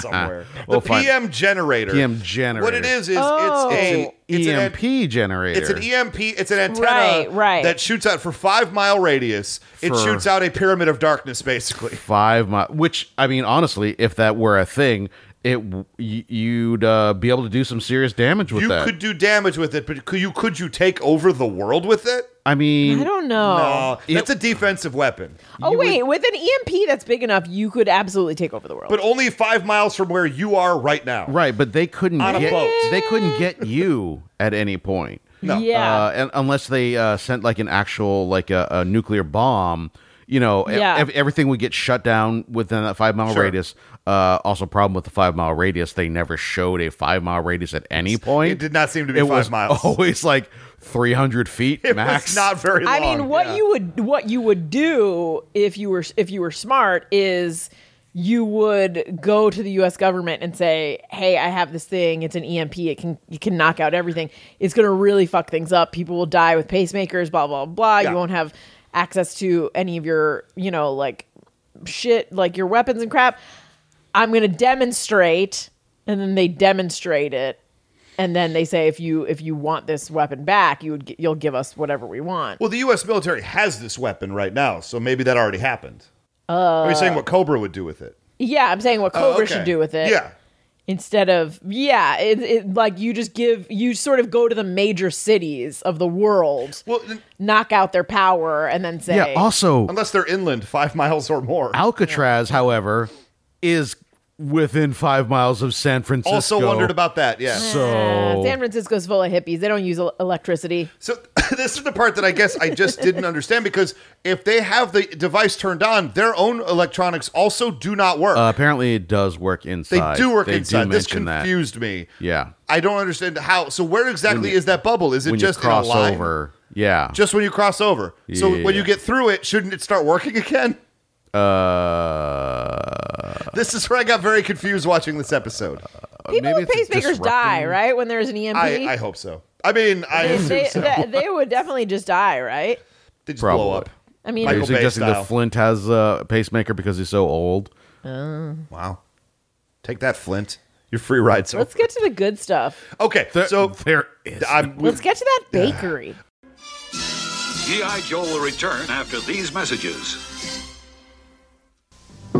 C: somewhere.
D: We'll
C: the
D: find-
C: PM generator.
D: PM
C: What
D: generator. E
C: it is is
E: Oh.
C: it's a
E: It's
C: it's an
D: EMP generator.
C: It's an EMP. It's an antenna
E: Right, right.
C: that shoots out for five mile radius. it
D: For-
C: shoots out a pyramid of darkness, basically.
D: five mi Which I mean, honestly, if that were a thing, it w- y- you'd uh, be able to do some serious damage with
C: You
D: that.
C: could do damage with it, but could you could you take over the world with it?
D: I mean,
E: i don't know
C: Uh, that's a defensive weapon,
E: oh wait with an emp that's big enough you could absolutely take over the world
C: but only five miles from where you are right now.
D: right? But they couldn't
C: On a
D: get
C: boat.
D: they couldn't get you at any point.
C: No.
E: yeah
D: Uh, and unless they uh, sent like an actual like a, a nuclear bomb, you know, e-
E: Yeah.
D: ev- everything would get shut down within that five mile
C: Sure.
D: radius. Uh, also, problem with the five mile radius, they never showed a five mile radius at any point.
C: It did not seem to be
D: It
C: five
D: was
C: miles.
D: always like three hundred feet
C: It
D: max.
C: was not very long.
E: I mean, what
C: yeah.
E: you would what you would do if you were if you were smart is you would go to the U.S. government and say, "Hey, I have this thing. It's an EMP. It can you can knock out everything. It's going to really fuck things up. People will die with pacemakers. Blah blah blah.
C: Yeah.
E: You won't have access to any of your you know like shit like your weapons and crap. I'm going to demonstrate, and then they demonstrate it." And then they say, if you if you want this weapon back, you would gi- you'll give us whatever we want.
C: Well, the U.S. military has this weapon right now, so maybe that already happened. Are you saying what Cobra would do with it?
E: Yeah, I'm saying what
C: Oh,
E: Uh, Cobra
C: okay.
E: should do with it.
C: Yeah.
E: Instead of, yeah, it, it, like you just give, you sort of go to the major cities of the world,
C: Well, then-
E: knock out their power, and then say,
D: Yeah. Also,
C: unless they're inland five miles or more.
D: Alcatraz, however, is within five miles of San Francisco.
C: Also wondered about that. Yeah.
E: "Ah,
D: So
E: San Francisco's full of hippies. They don't use el- electricity.
C: So this is the part that I guess I just didn't understand because if they have the device turned on, their own electronics also do not work.
D: uh, apparently, it does work
C: they
D: inside.
C: do work inside.
D: Do
C: this
D: mention that.
C: confused me.
D: Yeah.
C: I don't understand how. So where exactly
D: you-
C: is that bubble? Is it
D: When
C: just
D: you cross
C: in a line?
D: over, yeah.
C: Just when you cross over. So when
D: Yeah.
C: you get through it, shouldn't it start working again?
D: uh,
C: This is where I got very confused watching this episode.
E: People
D: maybe
E: with
D: it's
E: pacemakers die,
D: disrupting-
E: right? When there's an EMP,
C: I, I hope so. I mean, I
E: they,
C: assume
E: they,
C: so.
E: they- they would definitely just die, right?
C: They just
D: Probably.
C: blow up.
E: I mean,
D: are you
C: Michael Bay
D: suggesting
C: style.
D: that Flint has a pacemaker because he's so old?
C: Wow. Take that, Flint. Your free ride. So
E: let's get to the good stuff.
C: okay.
D: There-
C: so
D: Uh, there is.
C: I'm,
E: Let's get to that bakery.
G: G.I. Joe will return after these messages.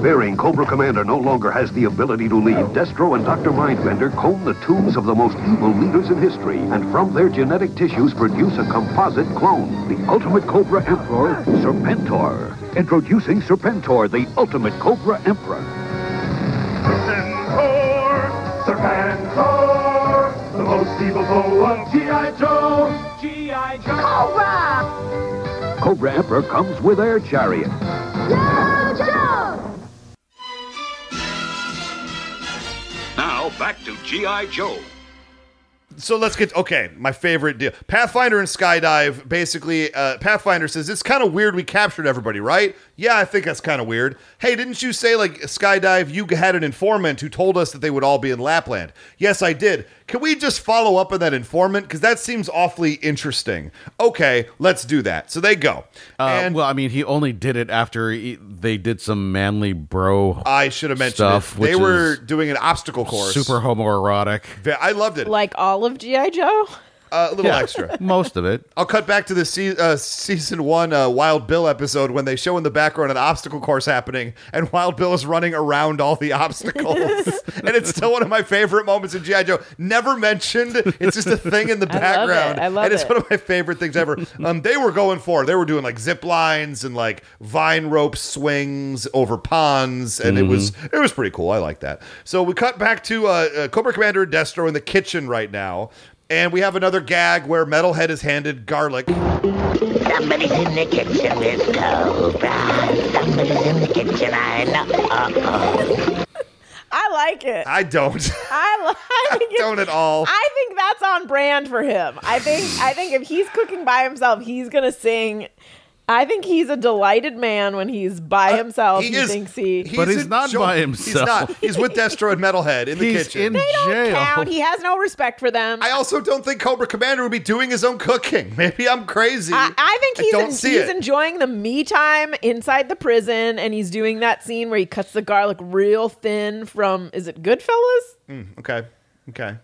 H: Fearing Cobra Commander no longer has the ability to lead, Destro and Dr. Mindbender comb the tombs of the most evil leaders in history, and from their genetic tissues produce a composite clone, the ultimate Cobra Emperor, Serpentor. Introducing Serpentor, the ultimate Cobra Emperor.
F: Serpentor, Serpentor, the most evil foe of G.I. Joe, G.I. Joe.
H: Cobra Emperor comes with Air Chariot.
G: Now back to G.I. Joe.
C: so let's get okay. My favorite deal: Pathfinder and Skydive. Basically, uh, Pathfinder says it's kind of weird. We captured everybody, right? Yeah, I think that's kind of weird. Hey, didn't you say like Skydive? You had an informant who told us that they would all be in Lapland. Yes, I did. Can we just follow up on that informant? Because that seems awfully interesting. Okay, let's do that. So they go.
D: Uh,
C: and
D: well, I mean, he only did it after he, they did some manly bro
C: I should have mentioned
D: stuff,
C: it. They
D: which
C: were
D: is
C: doing an obstacle course.
D: super homoerotic.
C: Ve- I loved it.
E: Like all of GI Joe.
C: Uh, a little extra.
D: Most of it.
C: I'll cut back to the se- uh, season one uh, Wild Bill episode when they show in the background an obstacle course happening, and Wild Bill is running around all the obstacles, and it's still one of my favorite moments in GI Joe. Never mentioned. It's just a thing in the
E: love it.
C: background.
E: I love
C: and it's
E: it.
C: one of my favorite things ever. Um, they were going for. it. They were doing like zip lines and like vine rope swings over ponds, and it was
D: Mm-hmm.
C: it was pretty cool. I like that. So we cut back to uh, uh, Cobra Commander Destro in the kitchen right now. And we have another gag where Metalhead is handed garlic.
I: Somebody's in the kitchen, Miss Cobra. Somebody's in the kitchen, I know. Uh-oh.
E: I like it.
C: I don't.
E: I, li- I think it's-
C: don't at all.
E: I think that's on brand for him. I think I think if he's cooking by himself, he's gonna sing. I think he's a delighted man when he's by himself. He, thinks he.
D: But he's
C: Uh, in
D: not by
C: He's
D: himself.
C: not. He's with Destro and Metalhead in the
D: He's
C: kitchen.
D: in
E: don't
D: jail.
E: count. He has no respect for them.
C: I also don't think Cobra Commander would be doing his own cooking. Maybe I'm crazy.
E: I, I think he's
C: don't
E: en-
C: see
E: he's
C: it.
E: enjoying the me time inside the prison, and he's doing that scene where he cuts the garlic real thin from is it Goodfellas?
C: okay. Okay.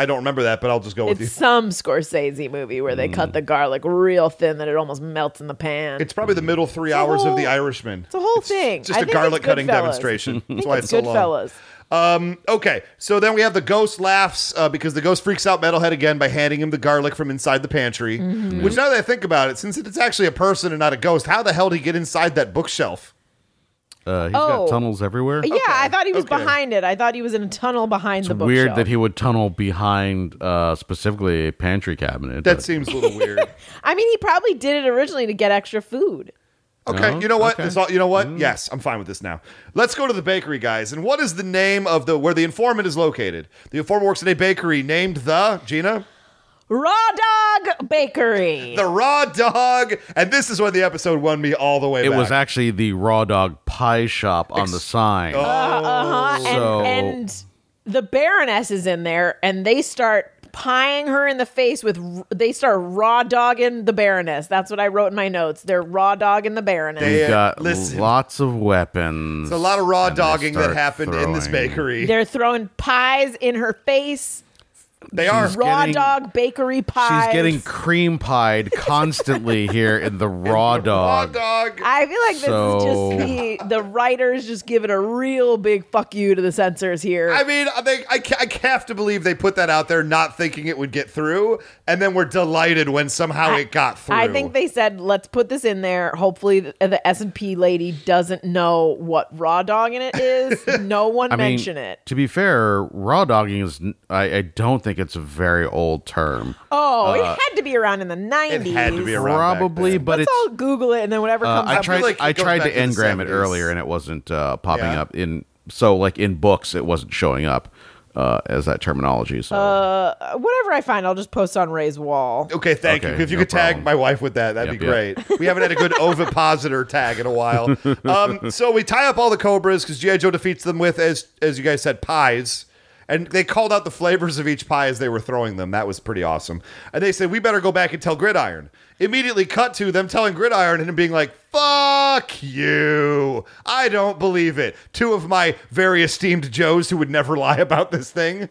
C: I don't remember that, but I'll just go with
E: It's
C: you.
E: some Scorsese movie where they cut the garlic real thin that it almost melts in the pan.
C: It's probably the middle three
E: a
C: hours
E: whole-
C: of The Irishman.
E: It's a whole thing.
C: Just
E: a
C: a garlic cutting demonstration. That's why it's so long.
E: Goodfellas.
C: Okay, so then we have the ghost laughs uh, because the ghost freaks out Metalhead again by handing him the garlic from inside the pantry.
E: Mm-hmm.
C: Which now that I think about it, since it's actually a person and not a ghost, how the hell did he get inside that bookshelf?
D: Uh, he's
E: Oh.
D: got tunnels everywhere.
E: Yeah, I thought he was
C: okay.
E: behind it. I thought he was in a tunnel behind the
D: It's
E: bookshelf.
D: weird that he would tunnel behind uh, specifically a pantry cabinet.
C: That seems a little weird.
E: I mean, he probably did it originally to get extra food.
C: Okay, you know what?
D: okay. Mm.
C: This all, you know what? Yes, I'm fine with this now. Let's go to the bakery, guys. And what is the name of the where the informant is located? The informant works at a bakery named the Gina.
E: Raw Dog Bakery.
C: The raw dog, and this is when the episode won me all the way.
D: It
C: back. Oh.
D: was actually the Raw Dog Pie Shop on the sign.
E: Uh-huh.
D: So-
E: And, and the Baroness is in there, and they start pieing her in the face with. They start raw dogging the Baroness. That's what I wrote in my notes. They're raw dogging the Baroness.
C: They-
D: We've got
C: listen.
D: lots of weapons.
C: It's a lot of raw
D: and they
C: dogging that
D: start
C: happened in this
D: throwing-
C: bakery.
E: They're throwing pies in her face.
C: they are
E: Raw
D: getting-
E: dog bakery pies.
D: She's getting cream pied constantly here in the Raw
C: raw
D: Dog.
C: dog.
E: I feel like this
D: So-
E: is just the the writers just giving a real big fuck you to the censors here.
C: I mean, I think I, ca- I have to believe they put that out there, not thinking it would get through, and then we're delighted when somehow it got through.
E: I think they said, "Let's put this in there. Hopefully, the, the S and P lady doesn't know what raw dog in it is. no one
D: I mean,
E: mention it.
D: to be fair, raw dogging is, n- I, I don't think it's a very old term.
E: Oh, it had to be around in the
C: uh, it
E: nineties.
C: had to be around. back
D: Probably,
C: then.
D: but
E: Let's
D: it's.
E: all Google it, and then whatever
D: Uh,
E: comes
D: I
E: up.
D: tried.
C: like it
D: I
C: goes
D: tried
C: back
D: to
C: to the
D: engram it
C: 70s.
D: earlier, and it wasn't uh, popping
C: Yeah.
D: up in. So, like in books, it wasn't showing up uh, as that terminology. So,
E: Uh, whatever I find, I'll just post on Ray's wall.
C: Okay, thank you.
D: Okay,
C: If you
D: no
C: could tag
D: problem.
C: my wife with that, that'd
D: Yep,
C: be
D: yep.
C: great. We haven't had a good ovipositor tag in a while. Um, so we tie up all the cobras because GI Joe defeats them with, as as you guys said, pies, and they called out the flavors of each pie as they were throwing them. That was pretty awesome. And they said, "We better go back and tell Gridiron." Immediately cut to them telling Gridiron and him being like, "Fuck you! I don't believe it." Two of my very esteemed Joes who would never lie about this thing.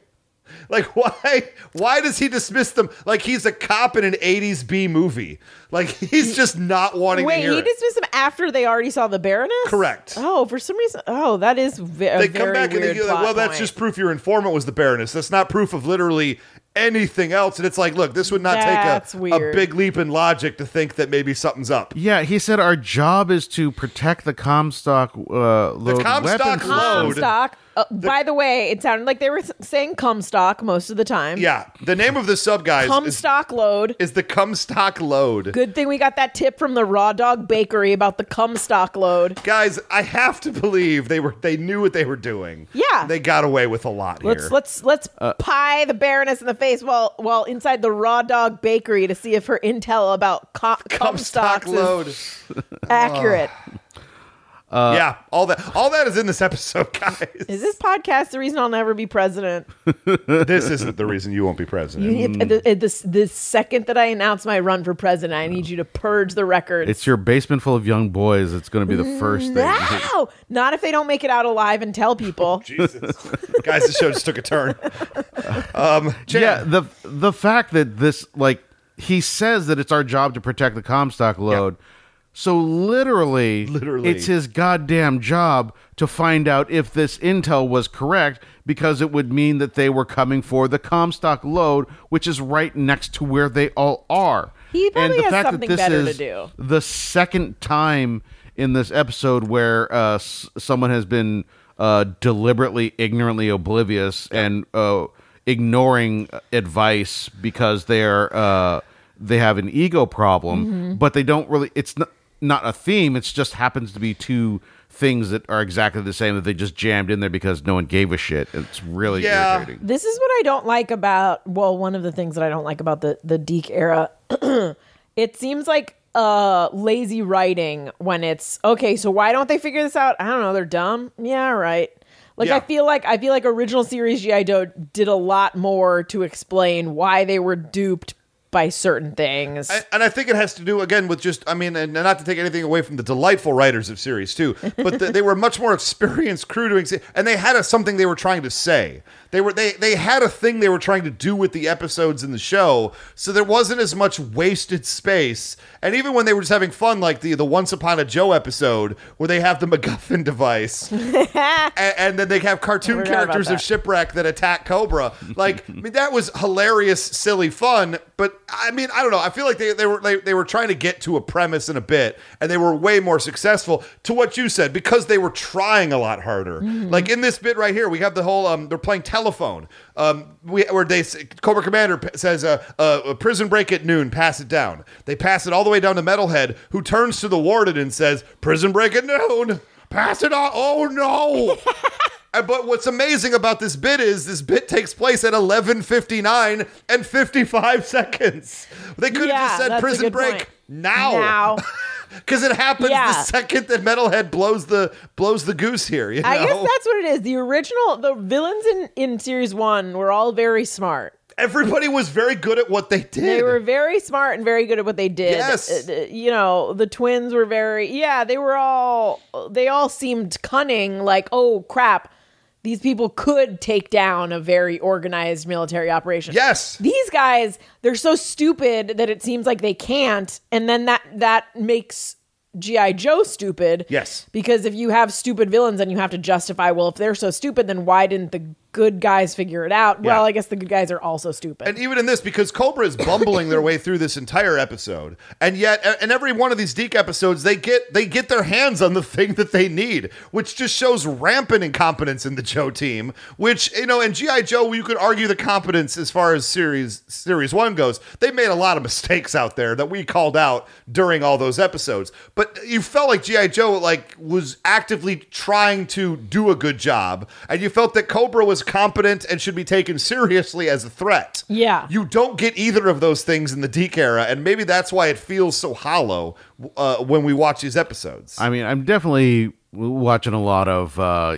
C: Like why why does he dismiss them like he's a cop in an 80s B movie? Like he's just not wanting to
E: Wait,
C: hear
E: he
C: it.
E: dismissed them after they already saw the Baroness.
C: Correct.
E: Oh, for some reason. Oh, that is ve- a
C: they
E: very
C: come back and
E: weird
C: they go,
E: plot
C: well, that's
E: point.
C: just proof your informant was the Baroness. That's not proof of literally anything else. And it's like, look, this would not
E: That's
C: take a, a
E: weird.
C: big leap in logic to think that maybe something's up.
D: yeah, he said our job is to protect the Comstock uh, load
C: Comstock
D: weapons system."
C: load.
E: Comstock. Uh, by the way, it sounded like they were s- saying Comstock most of the time.
C: Yeah. The name of the sub guys is,
E: Comstock load.
C: is the Cumstock Load.
E: Good thing we got that tip from the Raw Dog Bakery about the Comstock load.
C: Guys, I have to believe they were they knew what they were doing.
E: Yeah.
C: They got away with a lot here.
E: Let's let's let's pie the Baroness in the face while while inside the Raw Dog Bakery to see if her intel about co-
C: Comstock
E: Comstock
C: Load.
E: accurate.
C: yeah, all that all that is in this episode, guys.
E: Is this podcast the reason I'll never be president?
C: this isn't the reason you won't be president.
E: If- the, the, the second that I announce my run for president, I need you to purge the records.
D: It's your basement full of young boys. It's going to be the first thing.
E: no, not if they don't make it out alive and tell people.
C: Jesus, guys, the show just took a turn. Um, Jan,
D: Yeah, the the fact that this like he says that it's our job to protect the Comstock load. So literally,
C: Literally.
D: it's his goddamn job to find out if this intel was correct because it would mean that they were coming for the Comstock load, which is right next to where they all are.
E: He probably
D: and the
E: has
D: fact
E: something
D: that this
E: better to
D: is
E: do.
D: the second time in this episode where uh, s- someone has been uh, deliberately, ignorantly oblivious and uh, ignoring advice because they're uh, they have an ego problem, but they don't really. It's not not a theme. It's just happens to be two things that are exactly the same that they just jammed in there because no one gave a shit. It's really
C: Yeah.
D: irritating.
E: This is what I don't like about well, one of the things that I don't like about the the Deke era. it seems like uh lazy writing when it's okay, so why don't they figure this out? I don't know, they're dumb. Yeah, all right. Like
C: Yeah.
E: I feel like I feel like original series GI Joe did a lot more to explain why they were duped by certain things.
C: I- and I think it has to do again with just I mean, and not to take anything away from the delightful writers of series two, but th they were a much more experienced crew doing, se- and they had a, something they were trying to say. They were they they had a thing they were trying to do with the episodes in the show, so there wasn't as much wasted space. And even when they were just having fun, like the the Once Upon a Joe episode where they have the MacGuffin device, and, and then they have cartoon
E: forgot about
C: characters of
E: that.
C: shipwreck that attack Cobra. Like, I mean, that was hilarious, silly fun. But I mean, I don't know. I feel like they, they were they, they were trying to get to a premise in a bit, and they were way more successful to what you said because they were trying a lot harder. Like in this bit right here, we have the whole um, they're playing telephone. Um, we where they s- Cobra Commander p- says a uh, uh, prison break at noon, pass it down. They pass it all the way down to Metalhead, who turns to the warden and says, "Prison break at noon." Pass it on. Oh no. I- But what's amazing about this bit is this bit takes place at 11:59 and 55 seconds. They could have
E: Yeah,
C: just
E: that's
C: said
E: a
C: prison
E: good
C: break
E: point.
C: now.
E: Now.
C: Cuz it happens
E: Yeah.
C: the second that Metalhead blows the blows the goose here, you know.
E: I guess that's what it is. The original, the villains in, in series one were all very smart.
C: Everybody was very good at what they did.
E: They were very smart and very good at what they did.
C: Yes.
E: Uh, uh, you know, the twins were very, yeah, they were all, they all seemed cunning, like, oh crap, these people could take down a very organized military operation.
C: yes.
E: These guys, they're so stupid that it seems like they can't. And then that, that makes G.I. Joe stupid.
C: Yes.
E: Because if you have stupid villains, then you have to justify, well, if they're so stupid, then why didn't the good guys figure it out? Well, I guess the good guys are also stupid.
C: And even in this, because Cobra is bumbling their way through this entire episode, and yet, a- in every one of these Deke episodes, they get they get their hands on the thing that they need, which just shows rampant incompetence in the Joe team. Which you know, in GI Joe, you could argue the competence as far as series series one goes. They made a lot of mistakes out there that we called out during all those episodes, but you felt like GI Joe like was actively trying to do a good job, and you felt that Cobra was competent and should be taken seriously as a threat.
E: Yeah.
C: You don't get either of those things in the Deke era, and maybe that's why it feels so hollow uh, when we watch these episodes.
D: I mean, I'm definitely w- watching a lot of uh,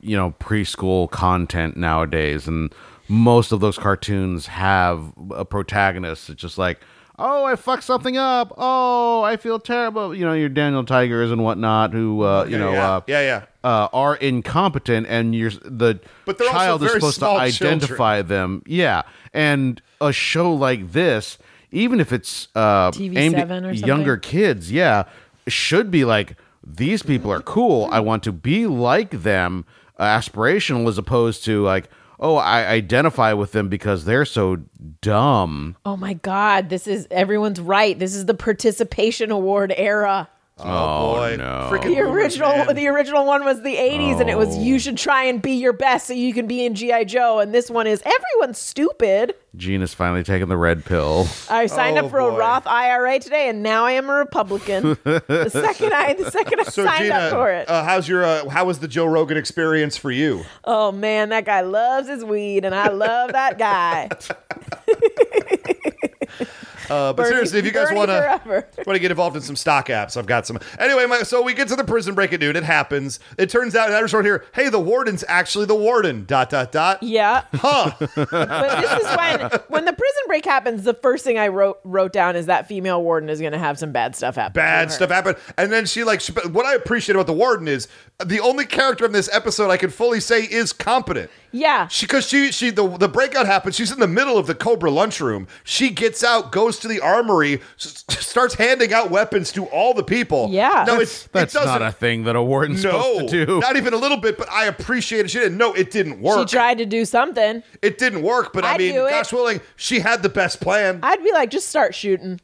D: you know preschool content nowadays, and most of those cartoons have a protagonist. It's just like, oh, I fucked something up. Oh, I feel terrible. You know, your Daniel Tigers and whatnot, who uh, you know,
C: yeah,
D: uh,
C: yeah, yeah.
D: uh, are incompetent, and you're the
C: But they're also
D: child is
C: very
D: supposed to
C: small
D: identify them. Yeah, and a show like this, even if it's uh,
E: TV7
D: aimed at
E: or something?
D: younger kids, yeah, should be like these people are cool. I want to be like them, uh, aspirational as opposed to like, oh, I identify with them because they're so dumb.
E: oh my God, this is everyone's right. This is the participation award era.
C: oh, boy. Freaking
E: The
C: boomers,
E: original,
C: man. Oh.
E: the original one was the '80s, and it was you should try and be your best so you can be in GI Joe. And this one is everyone's stupid.
D: Gene has finally taken the red pill.
E: I signed
C: Oh,
E: up for
C: boy.
E: a Roth IRA today, and now I am a Republican. the second I, the second I
C: So
E: signed
C: Gina,
E: up for it.
C: Uh, how's your uh, how was the Joe Rogan experience for you?
E: oh man, that guy loves his weed, and I love that guy.
C: Uh, but
E: Bernie-
C: seriously, if you guys
E: Bernie
C: want to
E: forever.
C: want to get involved in some stock apps, I've got some. Anyway, my, so we get to the prison break at noon. It happens. It turns out, and I was right here. Hey, the warden's actually the warden. Dot dot dot.
E: Yeah,
C: Huh.
E: but this is when when the prison break happens. The first thing I wrote wrote down is that female warden is going to have some bad stuff happen. to
C: bad
E: her.
C: stuff happened. And then she like she- but what I appreciate about the warden is the only character in this episode I can fully say is competent.
E: Yeah,
C: She because she she the the breakout happens. She's in the middle of the Cobra lunchroom. She gets out, goes to the armory, s- s- starts handing out weapons to all the people.
E: Yeah.
C: no,
E: That's-
C: it's
D: That's
C: it doesn't,
D: not a thing that a warden's
C: no,
D: supposed to do.
C: not even a little bit. But I appreciate it. She didn't. No, it didn't
E: she
C: work.
E: tried to do something.
C: it didn't work. But I,
E: I'd
C: mean,
E: do it.
C: gosh willing, she had the best plan.
E: I'd be like, just start shooting.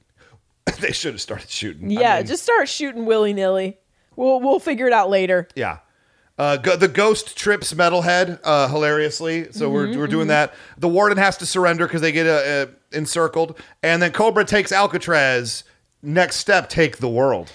C: they should have started shooting. I
E: Yeah,
C: mean-
E: just start shooting willy nilly. We'll we'll figure it out later.
C: Yeah. Uh, go, the ghost trips Metalhead uh, hilariously, so we're, we're doing that. The warden has to surrender because they get uh, uh, encircled, and then Cobra takes Alcatraz. Next step, take the world.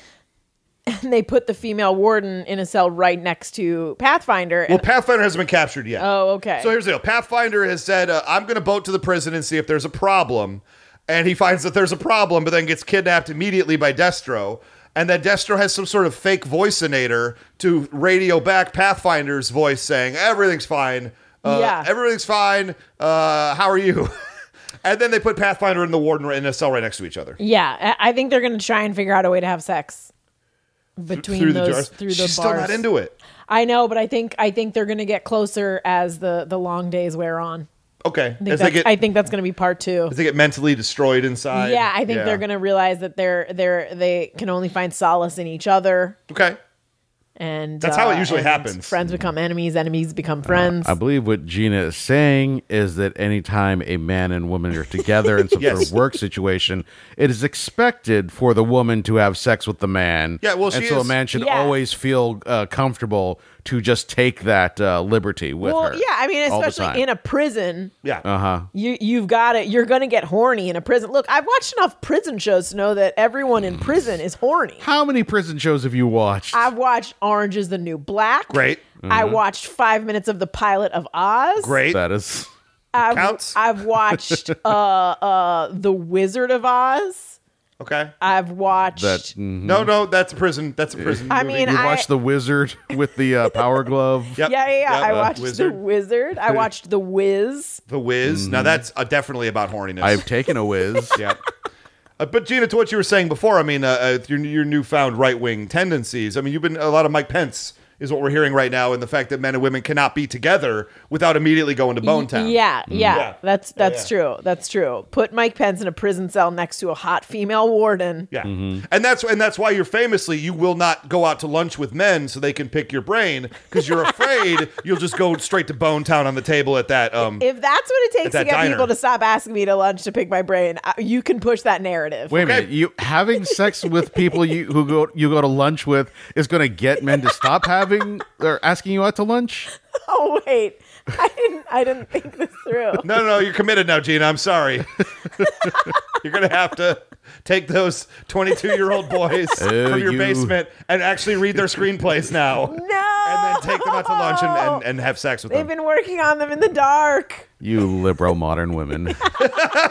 E: And they put the female warden in a cell right next to Pathfinder.
C: Well,
E: And,
C: Pathfinder hasn't been captured yet.
E: oh, okay.
C: So here's the deal. Pathfinder has said, uh, I'm going to boat to the prison and see if there's a problem. And he finds that there's a problem, but then gets kidnapped immediately by Destro. And then Destro has some sort of fake voicinator to radio back Pathfinder's voice saying, Everything's fine. Uh,
E: Yeah.
C: Everything's fine. Uh, how are you? and then they put Pathfinder and the Warden in a cell right next to each other.
E: yeah, I I think they're gonna try and figure out a way to have sex between those through the
C: She's
E: bars.
C: still not into it.
E: I know, but I think I think they're gonna get closer as the the long days wear on.
C: Okay.
E: I think,
C: As they,
E: that's,
C: get,
E: I think that's gonna be part two.
C: as they get mentally destroyed inside.
E: yeah, I think they're gonna realize that they're they're they can only find solace in each other,
C: Okay.
E: and
C: That's how it
E: uh,
C: usually
E: and
C: happens.
E: Friends become enemies, enemies become friends.
D: I believe what Gina is saying is that anytime a man and woman are together in some sort
C: Yes.
D: of work situation, it is expected for the woman to have sex with the man.
C: Yeah, well,
D: and
C: she
D: so a
C: is-
D: man should
E: Yeah.
D: always feel uh, comfortable to just take that uh, liberty with
E: well,
D: her.
E: yeah, I mean,
D: all the time.
E: especially in a prison,
C: Yeah.
E: you you've got it. You're gonna get horny in a prison. Look, I've watched enough prison shows to know that everyone in prison is horny.
D: How many prison shows have you watched?
E: I've watched Orange is the New Black.
C: Great.
E: I
D: Mhm.
E: watched five minutes of the pilot of Oz.
C: Great.
D: That is.
E: I've,
C: Counts.
E: I've watched uh, uh, The Wizard of Oz.
C: Okay.
E: I've watched.
D: That mhm.
C: No, no, that's a prison. That's a prison.
E: I
C: movie.
E: mean,
D: you
E: I-
D: watch the wizard with the uh, power glove.
C: Yep.
E: yeah, yeah, yeah.
C: Yep.
E: I
C: Uh,
E: watched
C: Wizard.
E: The Wizard. I watched The Wiz.
C: The Wiz. Now that's uh, definitely about horniness.
D: I've taken a whiz.
C: yeah. Uh, but Gina, to what you were saying before, I mean, uh, uh, your your newfound right wing tendencies. I mean, you've been a lot of Mike Pence is what we're hearing right now, and the fact that men and women cannot be together without immediately going to Bone Town. Mm.
E: Yeah, yeah,
C: Yeah.
E: That's
C: Yeah,
E: that's
C: yeah.
E: true. That's true. Put Mike Pence in a prison cell next to a hot female warden.
C: Yeah. And that's and that's why you're famously you will not go out to lunch with men so they can pick your brain because you're afraid you'll just go straight to Bone Town on the table at that um
E: If that's what it takes
C: that
E: to get
C: diner.
E: people to stop asking me to lunch to pick my brain, I- you can push that narrative.
D: Wait a minute. You having sex with people you who go you go to lunch with is going to get men to stop having or asking you out to lunch?
E: Oh wait, I didn't. I didn't think this through.
C: No, no, no, you're committed now, Gina. I'm sorry. you're going to have to take those 22 year old boys
D: Oh,
C: from your
D: you-
C: basement and actually read their screenplays now.
E: No.
C: And then take them out to lunch and, and, and have sex with
E: They've
C: them.
E: been working on them in the dark.
D: You liberal modern women.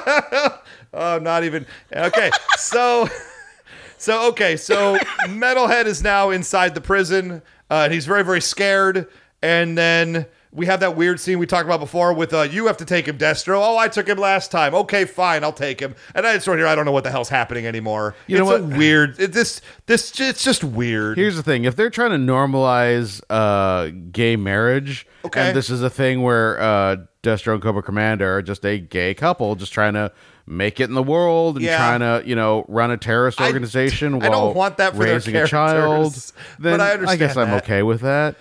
C: Oh, I'm not even. Okay. So, so, okay. So, Metalhead is now inside the prison uh, and he's very, very scared. And then. We have that weird scene we talked about before with uh, you have to take him, Destro. Oh, I took him last time. Okay, fine, I'll take him. And I just right here, I don't know what the hell's happening anymore.
D: You
C: it's
D: know
C: a
D: what?
C: weird. It, this this it's just weird.
D: Here's the thing: if they're trying to normalize uh, gay marriage,
C: Okay.
D: and this is a thing where uh, Destro and Cobra Commander are just a gay couple, just trying to make it in the world and
C: Yeah.
D: trying to you know run a terrorist
C: I-
D: organization.
C: I
D: while
C: don't want that for their
D: raising a child.
C: characters,
D: Then
C: but I
D: guess
C: understand
D: I'm
C: that.
D: okay with that.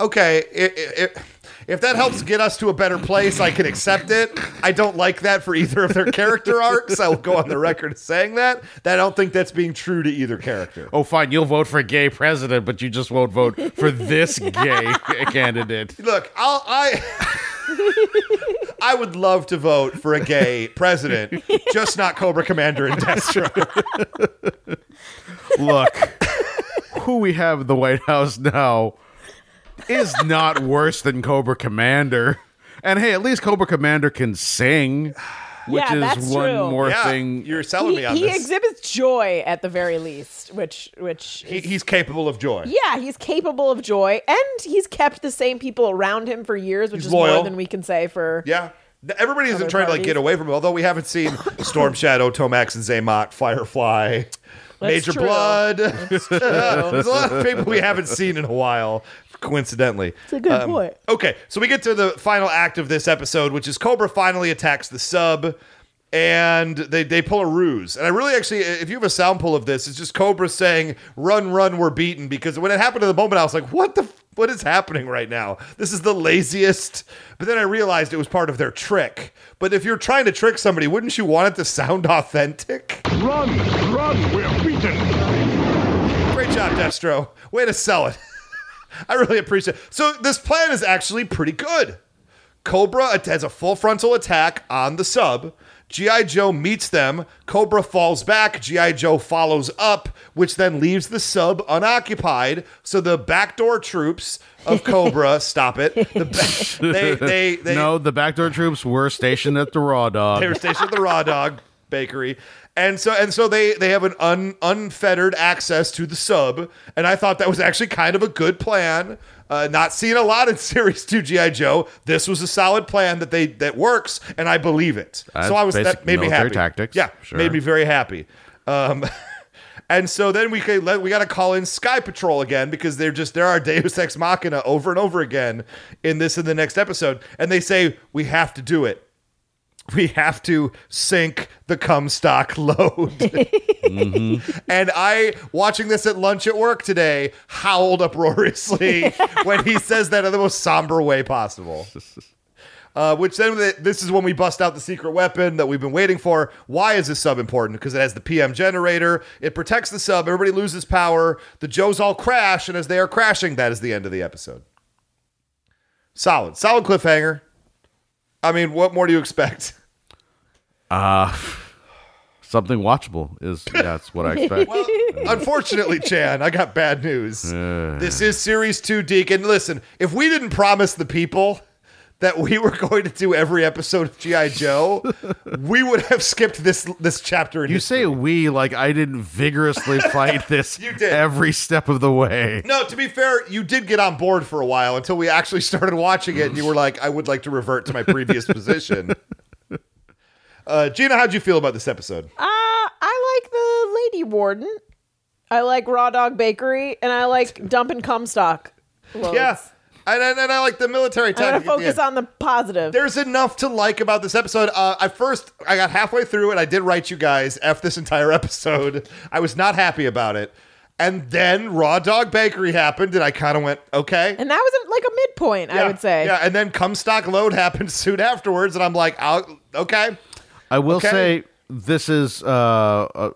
C: okay, i i i if that helps get us to a better place, I can accept it. I don't like that for either of their character arcs. I will go on the record as saying that. That I don't think that's being true to either character.
D: Oh, fine, you'll vote for gay president, but you just won't vote for this gay candidate.
C: Look, I'll, I. I would love to vote for a gay president, just not Cobra Commander and Destro.
D: Look, who we have in the White House now is not worse than Cobra Commander. And hey, at least Cobra Commander can sing, which
E: Yeah, that's
D: is one
E: true.
D: more
C: Yeah,
D: thing.
C: you're selling
E: He,
C: me on
E: he
C: this.
E: exhibits joy at the very least, which which
C: He- he's capable of joy.
E: yeah, he's capable of joy, and he's kept the same people around him for years, which
C: He's
E: is
C: loyal.
E: more than we can say for
C: Yeah. Th- Everybody isn't
E: Other
C: trying to like
E: parties.
C: get away from it, although we haven't seen Storm Shadow, Tomax and Zaymot, Firefly, Major
E: true.
C: Blood. There's a lot of people we haven't seen in a while, coincidentally. It's
E: a good point.
C: Um, Okay, so we get to the final act of this episode, which is Cobra finally attacks the sub and they, they pull a ruse. And I really actually, if you have a sound pull of this, it's just Cobra saying, run, run, we're beaten. Because when it happened to the moment, I was like, what the, f- what is happening right now? This is the laziest. But then I realized it was part of their trick. But if you're trying to trick somebody, wouldn't you want it to sound authentic?
F: Run, run, we're beaten.
C: Great job, Destro. Way to sell it. I really appreciate it. So this plan is actually pretty good. Cobra at- has a full frontal attack on the sub. G.I. Joe meets them. Cobra falls back. G.I. Joe follows up, which then leaves the sub unoccupied. So the backdoor troops of Cobra stop it. The ba- they, they, they,
D: no, the backdoor troops were stationed at the Raw Dog.
C: they were stationed at the Raw Dog Bakery, and so and so they they have an un, unfettered access to the sub, and I thought that was actually kind of a good plan. Uh, not seen a lot in series two GI Joe. This was a solid plan that they that works, and I believe it.
D: That's
C: so I was that
D: basic
C: made me
D: military
C: happy.
D: tactics,
C: yeah,
D: sure.
C: made me very happy. Um, and so then we could let, we got to call in Sky Patrol again because they're just they're our Deus Ex Machina over and over again in this and the next episode, and they say we have to do it we have to sink the Comstock load. Mm-hmm. And I, watching this at lunch at work today, howled uproariously when he says that in the most somber way possible. Uh, which then th- this is when we bust out the secret weapon that we've been waiting for. Why is this sub important? Because it has the PM generator. It protects the sub. Everybody loses power. The Joes all crash, and as they are crashing, that is the end of the episode. Solid, solid cliffhanger. I mean, what more do you expect?
D: Uh, Something watchable is yeah, that's what I expect.
C: Unfortunately, Chan, I got bad news. this is series two, Deacon. Listen, if we didn't promise the people that we were going to do every episode of GI Joe, we would have skipped this this chapter. In
D: you
C: history.
D: say we like I didn't vigorously fight this
C: You did.
D: every step of the way.
C: no, to be fair, you did get on board for a while until we actually started watching it, and you were like, "I would like to revert to my previous position." Uh, Gina, how'd you feel about this episode?
E: Uh, I like the Lady Warden. I like Raw Dog Bakery, and I like Dump and Comstock. Loads.
C: Yeah, and, and, and I like the military.
E: I'm gonna
C: tactic at the end.
E: focus on the positive.
C: There's enough to like about this episode. Uh, I first I got halfway through and I did write you guys f this entire episode. I was not happy about it, and then Raw Dog Bakery happened, and I kind of went okay.
E: and that was a, like a midpoint, I
C: Yeah,
E: would say.
C: Yeah, and then Comstock Load happened soon afterwards, and I'm like, I'll, okay.
D: I will
C: Okay.
D: say this is uh, uh,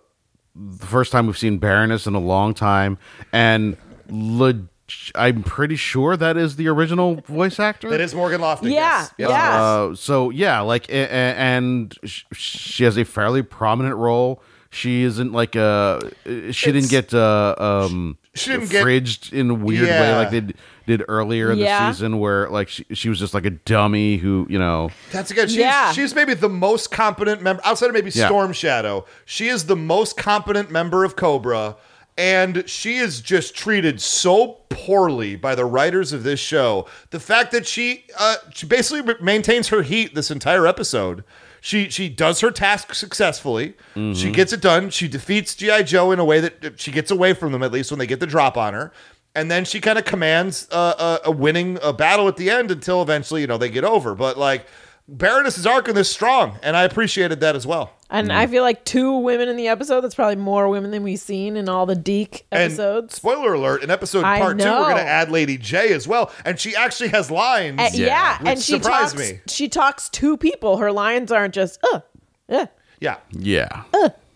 D: the first time we've seen Baroness in a long time, and leg- I'm pretty sure that is the original voice actor.
C: That is Morgan Lofton.
E: Yeah,
C: yes. Yes.
E: yeah.
D: Uh, so yeah, like, a- a- and sh- she has a fairly prominent role. She isn't like uh She didn't get uh, um.
C: She didn't get-
D: fridged in a weird way
C: Yeah.
D: like they d- did earlier in
E: Yeah.
D: the season where like she, she was just like a dummy who you know
C: That's again. She's,
E: Yeah.
C: she's maybe the most competent member outside of maybe
D: Yeah.
C: Storm Shadow. She is the most competent member of Cobra, and she is just treated so poorly by the writers of this show. The fact that she uh, she basically re- maintains her heat this entire episode. She she does her task successfully. She gets it done. She defeats GI Joe in a way that uh, she gets away from them at least when they get the drop on her. And then she kind of commands uh, a, a, a winning a battle at the end until eventually you know they get over. But like Baroness's arc in this strong, and I appreciated that as well.
E: And I feel like two women in the episode. That's probably more women than we've seen in all the Deke
C: And
E: episodes.
C: spoiler alert, in episode
E: I
C: part two, we're going
E: know.
C: to add Lady J as well, and she actually has lines.
E: Uh, yeah,
C: which
E: and she
C: surprised
E: talks.
C: me.
E: She talks to people. Her lines aren't just uh, uh.
C: Yeah,
D: yeah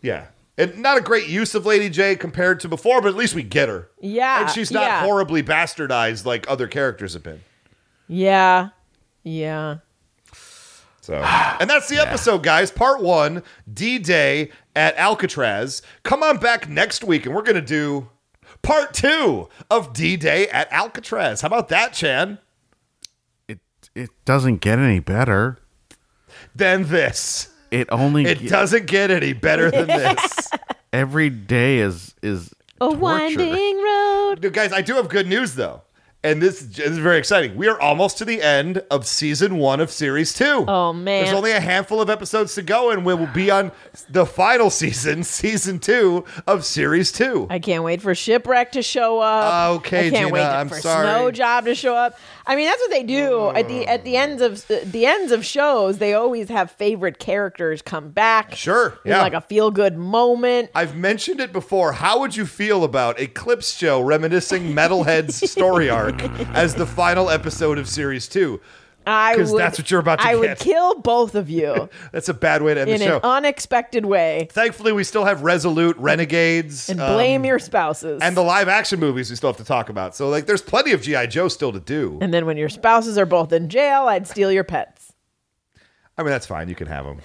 C: yeah, and not a great use of Lady J compared to before, but at least we get her.
E: Yeah,
C: and she's not
E: yeah.
C: horribly bastardized like other characters have been.
E: Yeah, yeah.
C: So, and that's the episode, guys. Part one, D Day at Alcatraz. Come on back next week, and we're going to do part two of D Day at Alcatraz. How about that, Chan?
D: it it doesn't get any better
C: Than this.
D: it only
C: It
D: ge-
C: doesn't get any better than this.
D: every day is is
E: A
D: torture.
E: winding road.
C: Dude, guys, I do have good news though. And this, this is very exciting. We are almost to the end of season one of series two.
E: Oh, man.
C: There's only a handful of episodes to go, and we will be on the final season, season two of series two.
E: I can't wait for shipwreck to show up.
C: Uh, Okay,
E: I can't
C: Gina,
E: wait
C: I'm
E: for
C: sorry.
E: snow job to show up. I mean, that's what they do at the at the ends of the ends of shows. They always have favorite characters come back.
C: Sure,
E: in,
C: yeah.
E: like a feel good moment.
C: I've mentioned it before. How would you feel about a clips show reminiscing Metalhead's story arc as the final episode of series two?
E: I
C: 'Cause
E: would,
C: that's what you're about to
E: I would
C: get.
E: kill both of you
C: That's a bad way to end
E: in
C: the show.
E: an unexpected way
C: Thankfully, we still have Resolute, Renegades,
E: and
C: um,
E: blame your spouses.
C: and the live action movies we still have to talk about. So like, there's plenty of GI Joe still to do.
E: and then when your spouses are both in jail, I'd steal your pets.
C: I mean, that's fine. You can have them.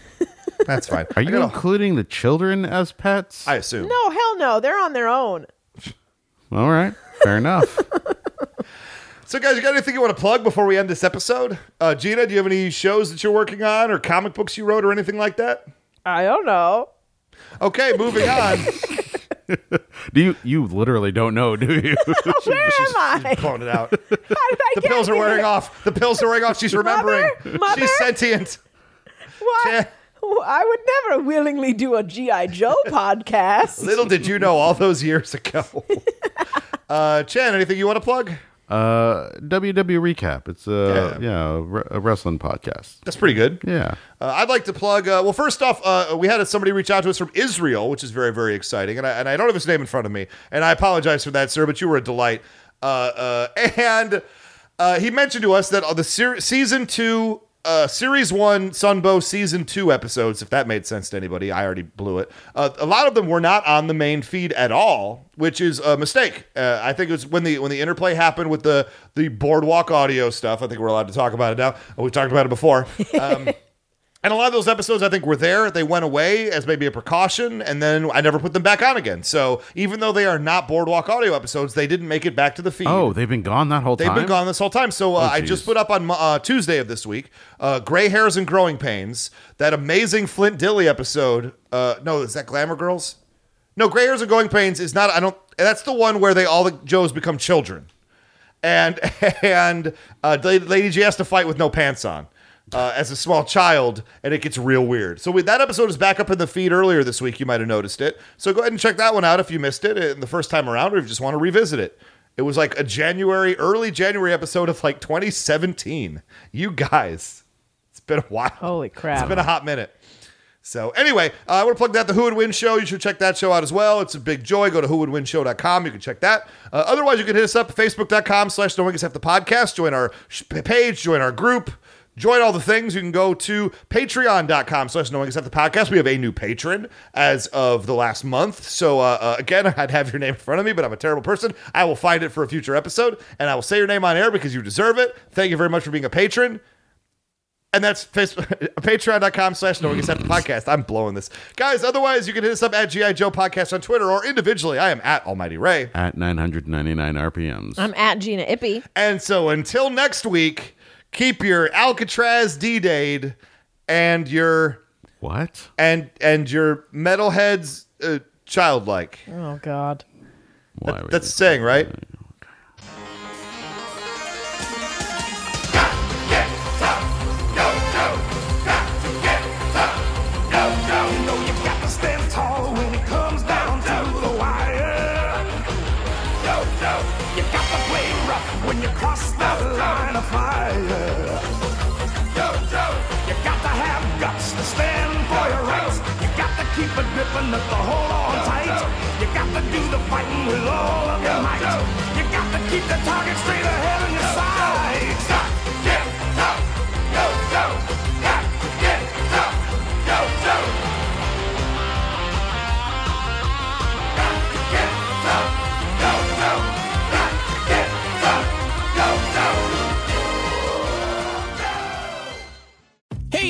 C: That's fine.
D: are
C: I,
D: you
C: gotta-
D: including the children as pets
C: I assume.
E: No, hell no. They're on their own.
D: all right fair enough
C: So, guys, you got anything you want to plug before we end this episode? Uh, Gina, do you have any shows that you're working on, or comic books you wrote, or anything like that?
E: I don't know.
C: Okay, moving on.
D: do you you literally don't know do you
E: Where am I?
C: Blown it out. The
E: How did I get
C: pills are
E: here?
C: wearing off. The pills are wearing off. She's remembering.
E: Mother? Mother?
C: She's sentient. Yeah.
E: What? I would never willingly do a GI Joe podcast.
C: Little did you know, all those years ago. Uh, Chan, anything you want to plug?
D: uh ww recap it's a
C: Yeah.
D: yeah, a re- a wrestling podcast
C: That's pretty good.
D: yeah
C: Uh, I'd like to plug. Uh, well, first off, uh, we had somebody reach out to us from Israel, which is very, very exciting. And I, and I don't have his name in front of me. And I apologize for that, sir, but you were a delight. Uh, uh, and uh, he mentioned to us that uh, the ser- season two, uh, series one, Sunbow season two episodes, if that made sense to anybody, I already blew it. Uh, a lot of them were not on the main feed at all, which is a mistake. Uh, I think it was when the when the interplay happened with the the boardwalk audio stuff. I think we're allowed to talk about it now. We've talked about it before. Um, And a lot of those episodes, I think, were there. They went away as maybe a precaution, and then I never put them back on again. So even though they are not Boardwalk Audio episodes, they didn't make it back to the feed.
D: Oh, they've been gone that whole
C: They've
D: time.
C: been gone this whole time. So uh,
D: Oh,
C: I
D: geez.
C: just put up on uh, Tuesday of this week, uh, "Gray Hairs and Growing Pains," that amazing Flint Dilly episode. Uh, no, is that Glamour Girls? No, Gray Hairs and Growing Pains is not. I don't. That's the one where they all the Joes become children, and and uh, Lady Lady J has to fight with no pants on. Uh, as a small child, and it gets real weird. So, we, that episode is back up in the feed earlier this week. You might have noticed it. So, go ahead and check that one out if you missed it uh, the first time around, or if you just want to revisit it. It was like a January, early January episode of like 2017. You guys, it's been a while.
E: Holy crap.
C: It's been a hot minute. So anyway, uh, I want to plug that the Who Would Win show. You should check that show out as well. It's a big joy. Go to whowouldwinshow.com. You can check that. Uh, otherwise, you can hit us up at facebook.com slash no one gets half the podcast. Join our sh- page. Join our group. Join all the things. You can go to patreon.com slash no one gets half the podcast. We have a new patron as of the last month. So uh, uh, again, I'd have your name in front of me, but I'm a terrible person. I will find it for a future episode and I will say your name on air because you deserve it. Thank you very much for being a patron. And that's Facebook, patreon.com slash no one gets After podcast. I'm blowing this. Guys, otherwise, you can hit us up at G.I. Joe Podcast on Twitter or individually. I am at Almighty Ray.
D: at 999 RPMs.
E: I'm at Gina Ippy.
C: And so until next week, keep your Alcatraz D-Dayed and your
D: what?
C: and and your metalheads uh, childlike.
E: Oh God.
D: Why were
C: That's the saying, right?
B: Stand tall when it comes down to the wire. No, no, you got to play rough when you cross the line of fire. No, no, you got to have guts to stand for your rights. You got to keep a grip and to hold on tight. You got to do the fighting with all of your might. You got to keep the target straight ahead in your sight. Get up, go, go, got to get up, go, go.
A: Hey,